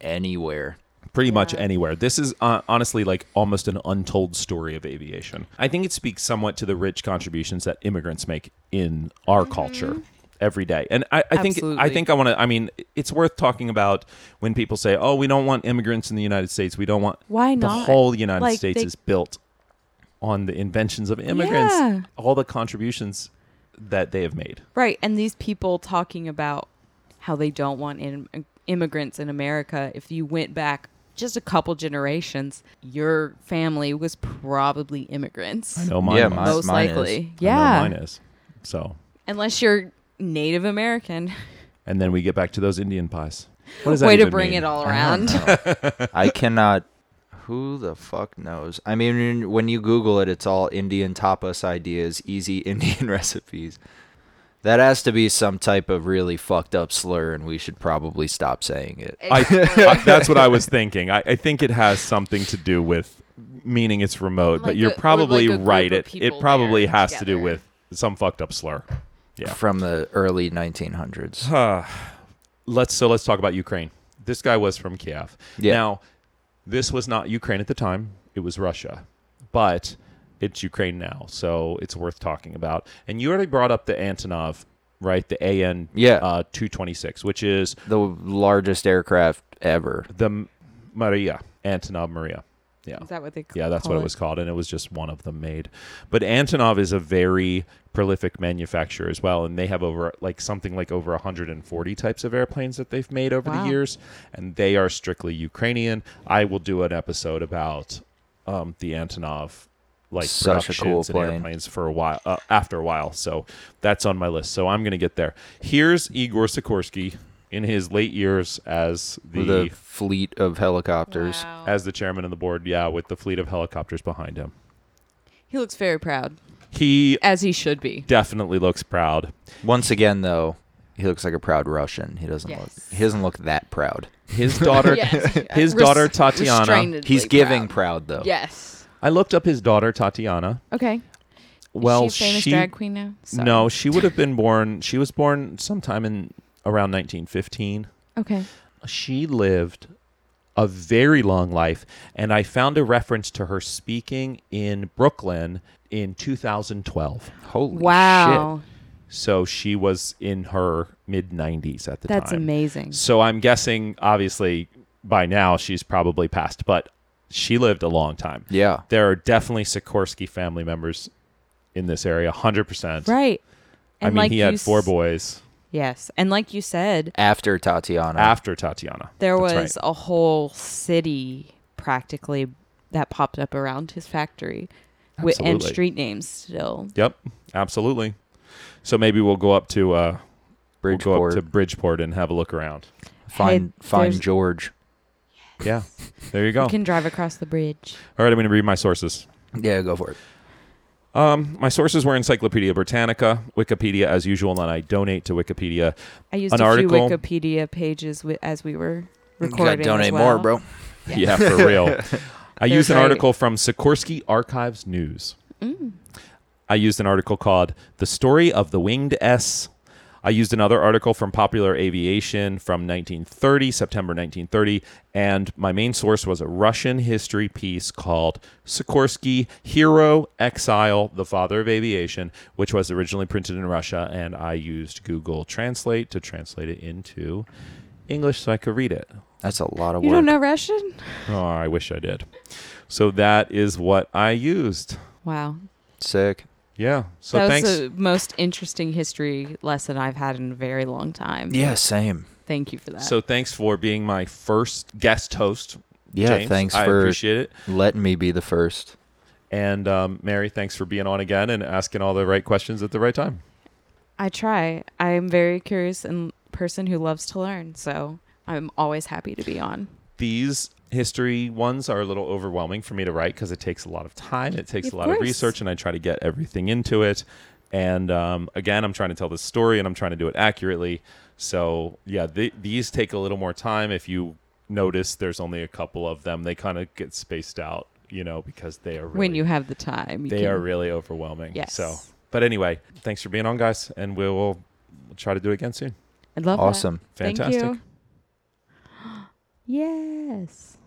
S6: anywhere.
S5: Pretty much anywhere. This is uh, honestly like almost an untold story of aviation. I think it speaks somewhat to the rich contributions that immigrants make in our culture every day. And I, I think I
S12: Mm-hmm. Absolutely.
S5: think I want to. I mean, it's worth talking about when people say, "Oh, we don't want immigrants in the United States. We don't want
S12: Why
S5: the
S12: not?
S5: whole United
S12: Like,
S5: States
S12: they-
S5: is built on the inventions of immigrants,
S12: Yeah.
S5: all the contributions that they have made.
S12: Right, and these people talking about how they don't want in, immigrants in America. If you went back just a couple generations, your family was probably immigrants,
S5: No, mine,
S6: yeah,
S5: was.
S6: mine-
S12: most
S6: is.
S12: likely.
S5: I know
S12: Yeah,
S5: mine is. So,
S12: unless you're Native American.
S5: and then we get back to those Indian pies. What does that
S12: Way to
S5: even
S12: bring
S5: mean?
S12: it all
S6: I don't
S12: around.
S6: know. I cannot. Who the fuck knows? I mean, when you Google it, it's all Indian tapas ideas, easy Indian recipes. That has to be some type of really fucked up slur, and we should probably stop saying it.
S5: I, I- that's what I was thinking. I, I think it has something to do with meaning it's remote, but
S2: Like
S5: you're
S2: a- or
S5: probably
S2: like a group
S5: right.
S2: of
S5: It it
S2: people
S5: probably
S2: there
S5: has to do
S2: together.
S5: with some fucked up slur. Yeah.
S6: From the early 1900s.
S5: let's so let's talk about Ukraine. This guy was from Kiev.
S6: Yeah.
S5: Now, this was not Ukraine at the time; it was Russia, but it's Ukraine now, so it's worth talking about. And you already brought up the Antonov, right? The AN
S6: Yeah.
S5: uh, two twenty six, which is
S6: The largest aircraft ever.
S5: the M- Maria Antonov Maria. Yeah,
S12: Is that what they? c-
S5: yeah, that's
S12: call
S5: what it was called, and it was just one of them made. But Antonov is a very prolific manufacturer as well, and they have over like something like over 140 types of airplanes that they've made over
S12: Wow.
S5: the years, and they are strictly Ukrainian. I will do an episode about um, the Antonov like
S6: Such a
S5: productions
S6: cool
S5: and
S6: plane.
S5: airplanes for a while uh, after a while, so that's on my list. So I'm gonna get there. Here's Igor Sikorsky in his late years as
S6: The, fleet of helicopters.
S5: as the chairman of the board, yeah, with the fleet of helicopters behind him.
S12: He looks very proud,
S5: He
S12: as he should be.
S5: definitely looks proud.
S6: Once again, though, he looks like a proud Russian. He doesn't
S12: Yes.
S6: look. He doesn't look that proud.
S5: His daughter,
S12: Yes.
S5: his
S12: Res-
S5: daughter Tatiana.
S12: restrainedly
S6: He's giving
S12: proud.
S6: proud, though.
S12: Yes.
S5: I looked up his daughter Tatiana.
S12: Okay.
S5: Well,
S12: is she a famous
S5: she-
S12: drag queen now. Sorry.
S5: no, she would have been born. She was born sometime in around 1915.
S12: Okay.
S5: She lived a very long life, and I found a reference to her speaking in Brooklyn in 2012.
S6: Holy
S12: Wow.
S6: shit.
S5: So she was in her mid 90s at the time.
S12: That's amazing.
S5: So I'm guessing, obviously, by now she's probably passed, but she lived a long time.
S6: Yeah.
S5: There are definitely Sikorsky family members in this area, 100%.
S12: Right.
S5: I mean, he
S12: you
S5: had
S12: s-
S5: four boys
S12: Yes. And like you said,
S6: After Tatiana.
S5: after Tatiana.
S12: there
S5: That's
S12: was
S5: right.
S12: a whole city practically that popped up around his factory with and
S5: Absolutely.
S12: street names still.
S5: Yep, absolutely. So maybe we'll go up to uh, We'll go
S6: Bridgeport.
S5: up to Bridgeport and have a look around.
S6: find
S12: Hey,
S6: find
S12: there's-
S6: George.
S5: Yeah, there you go.
S12: You can drive across the bridge.
S5: All right, I'm going to read my sources.
S6: Yeah, go for it.
S5: My sources were Encyclopedia Britannica, Wikipedia as usual, and I donate to Wikipedia.
S12: I used
S5: An
S12: a
S5: article-
S12: few Wikipedia pages wi- as we were
S6: gotta
S12: recording. as
S6: donate
S12: well.
S6: more, bro.
S5: Yeah, for real. I
S12: They're
S5: used an
S12: great.
S5: article from Sikorsky Archives News. I used an article called The Story of the Winged S. I I used another article from Popular Aviation from 1930, September 1930, and my main source was a Russian history piece called Sikorsky Hero, Exile, the Father of Aviation, which was originally printed in Russia, and I used Google Translate to translate it into English so I could read it.
S6: That's a lot of
S12: You
S6: work.
S12: don't know Russian?
S5: Oh, I wish I did. So that is what I used.
S12: Wow.
S6: Sick.
S5: Yeah. So
S12: that
S5: thanks.
S12: was the most interesting history lesson I've had in a very long time.
S6: Yeah, same.
S12: Thank you for that.
S5: so thanks for being my first guest host.
S6: Yeah,
S5: James.
S6: thanks
S5: I
S6: for
S5: appreciate it.
S6: letting me be the first.
S5: And um, Mary, thanks for being on again and asking all the right questions at the right time.
S12: I try. I am very curious and person who loves to learn, so I'm always happy to be on.
S5: These history ones are a little overwhelming for me to write because it takes a lot of time, it takes
S12: Of
S5: a lot of
S12: course.
S5: research, and I try to get everything into it. And um, again, I'm trying to tell this story and I'm trying to do it accurately. So yeah, th- these take a little more time. If you notice, there's only a couple of them. They kind of get spaced out, you know, because they are really
S12: When you have the time, you
S5: they
S12: can-
S5: are really overwhelming.
S12: Yes.
S5: So, but anyway, thanks for being on, guys, and we will try to do it again soon.
S12: I love that.
S6: Awesome.
S5: Fantastic.
S12: Thank you. yes.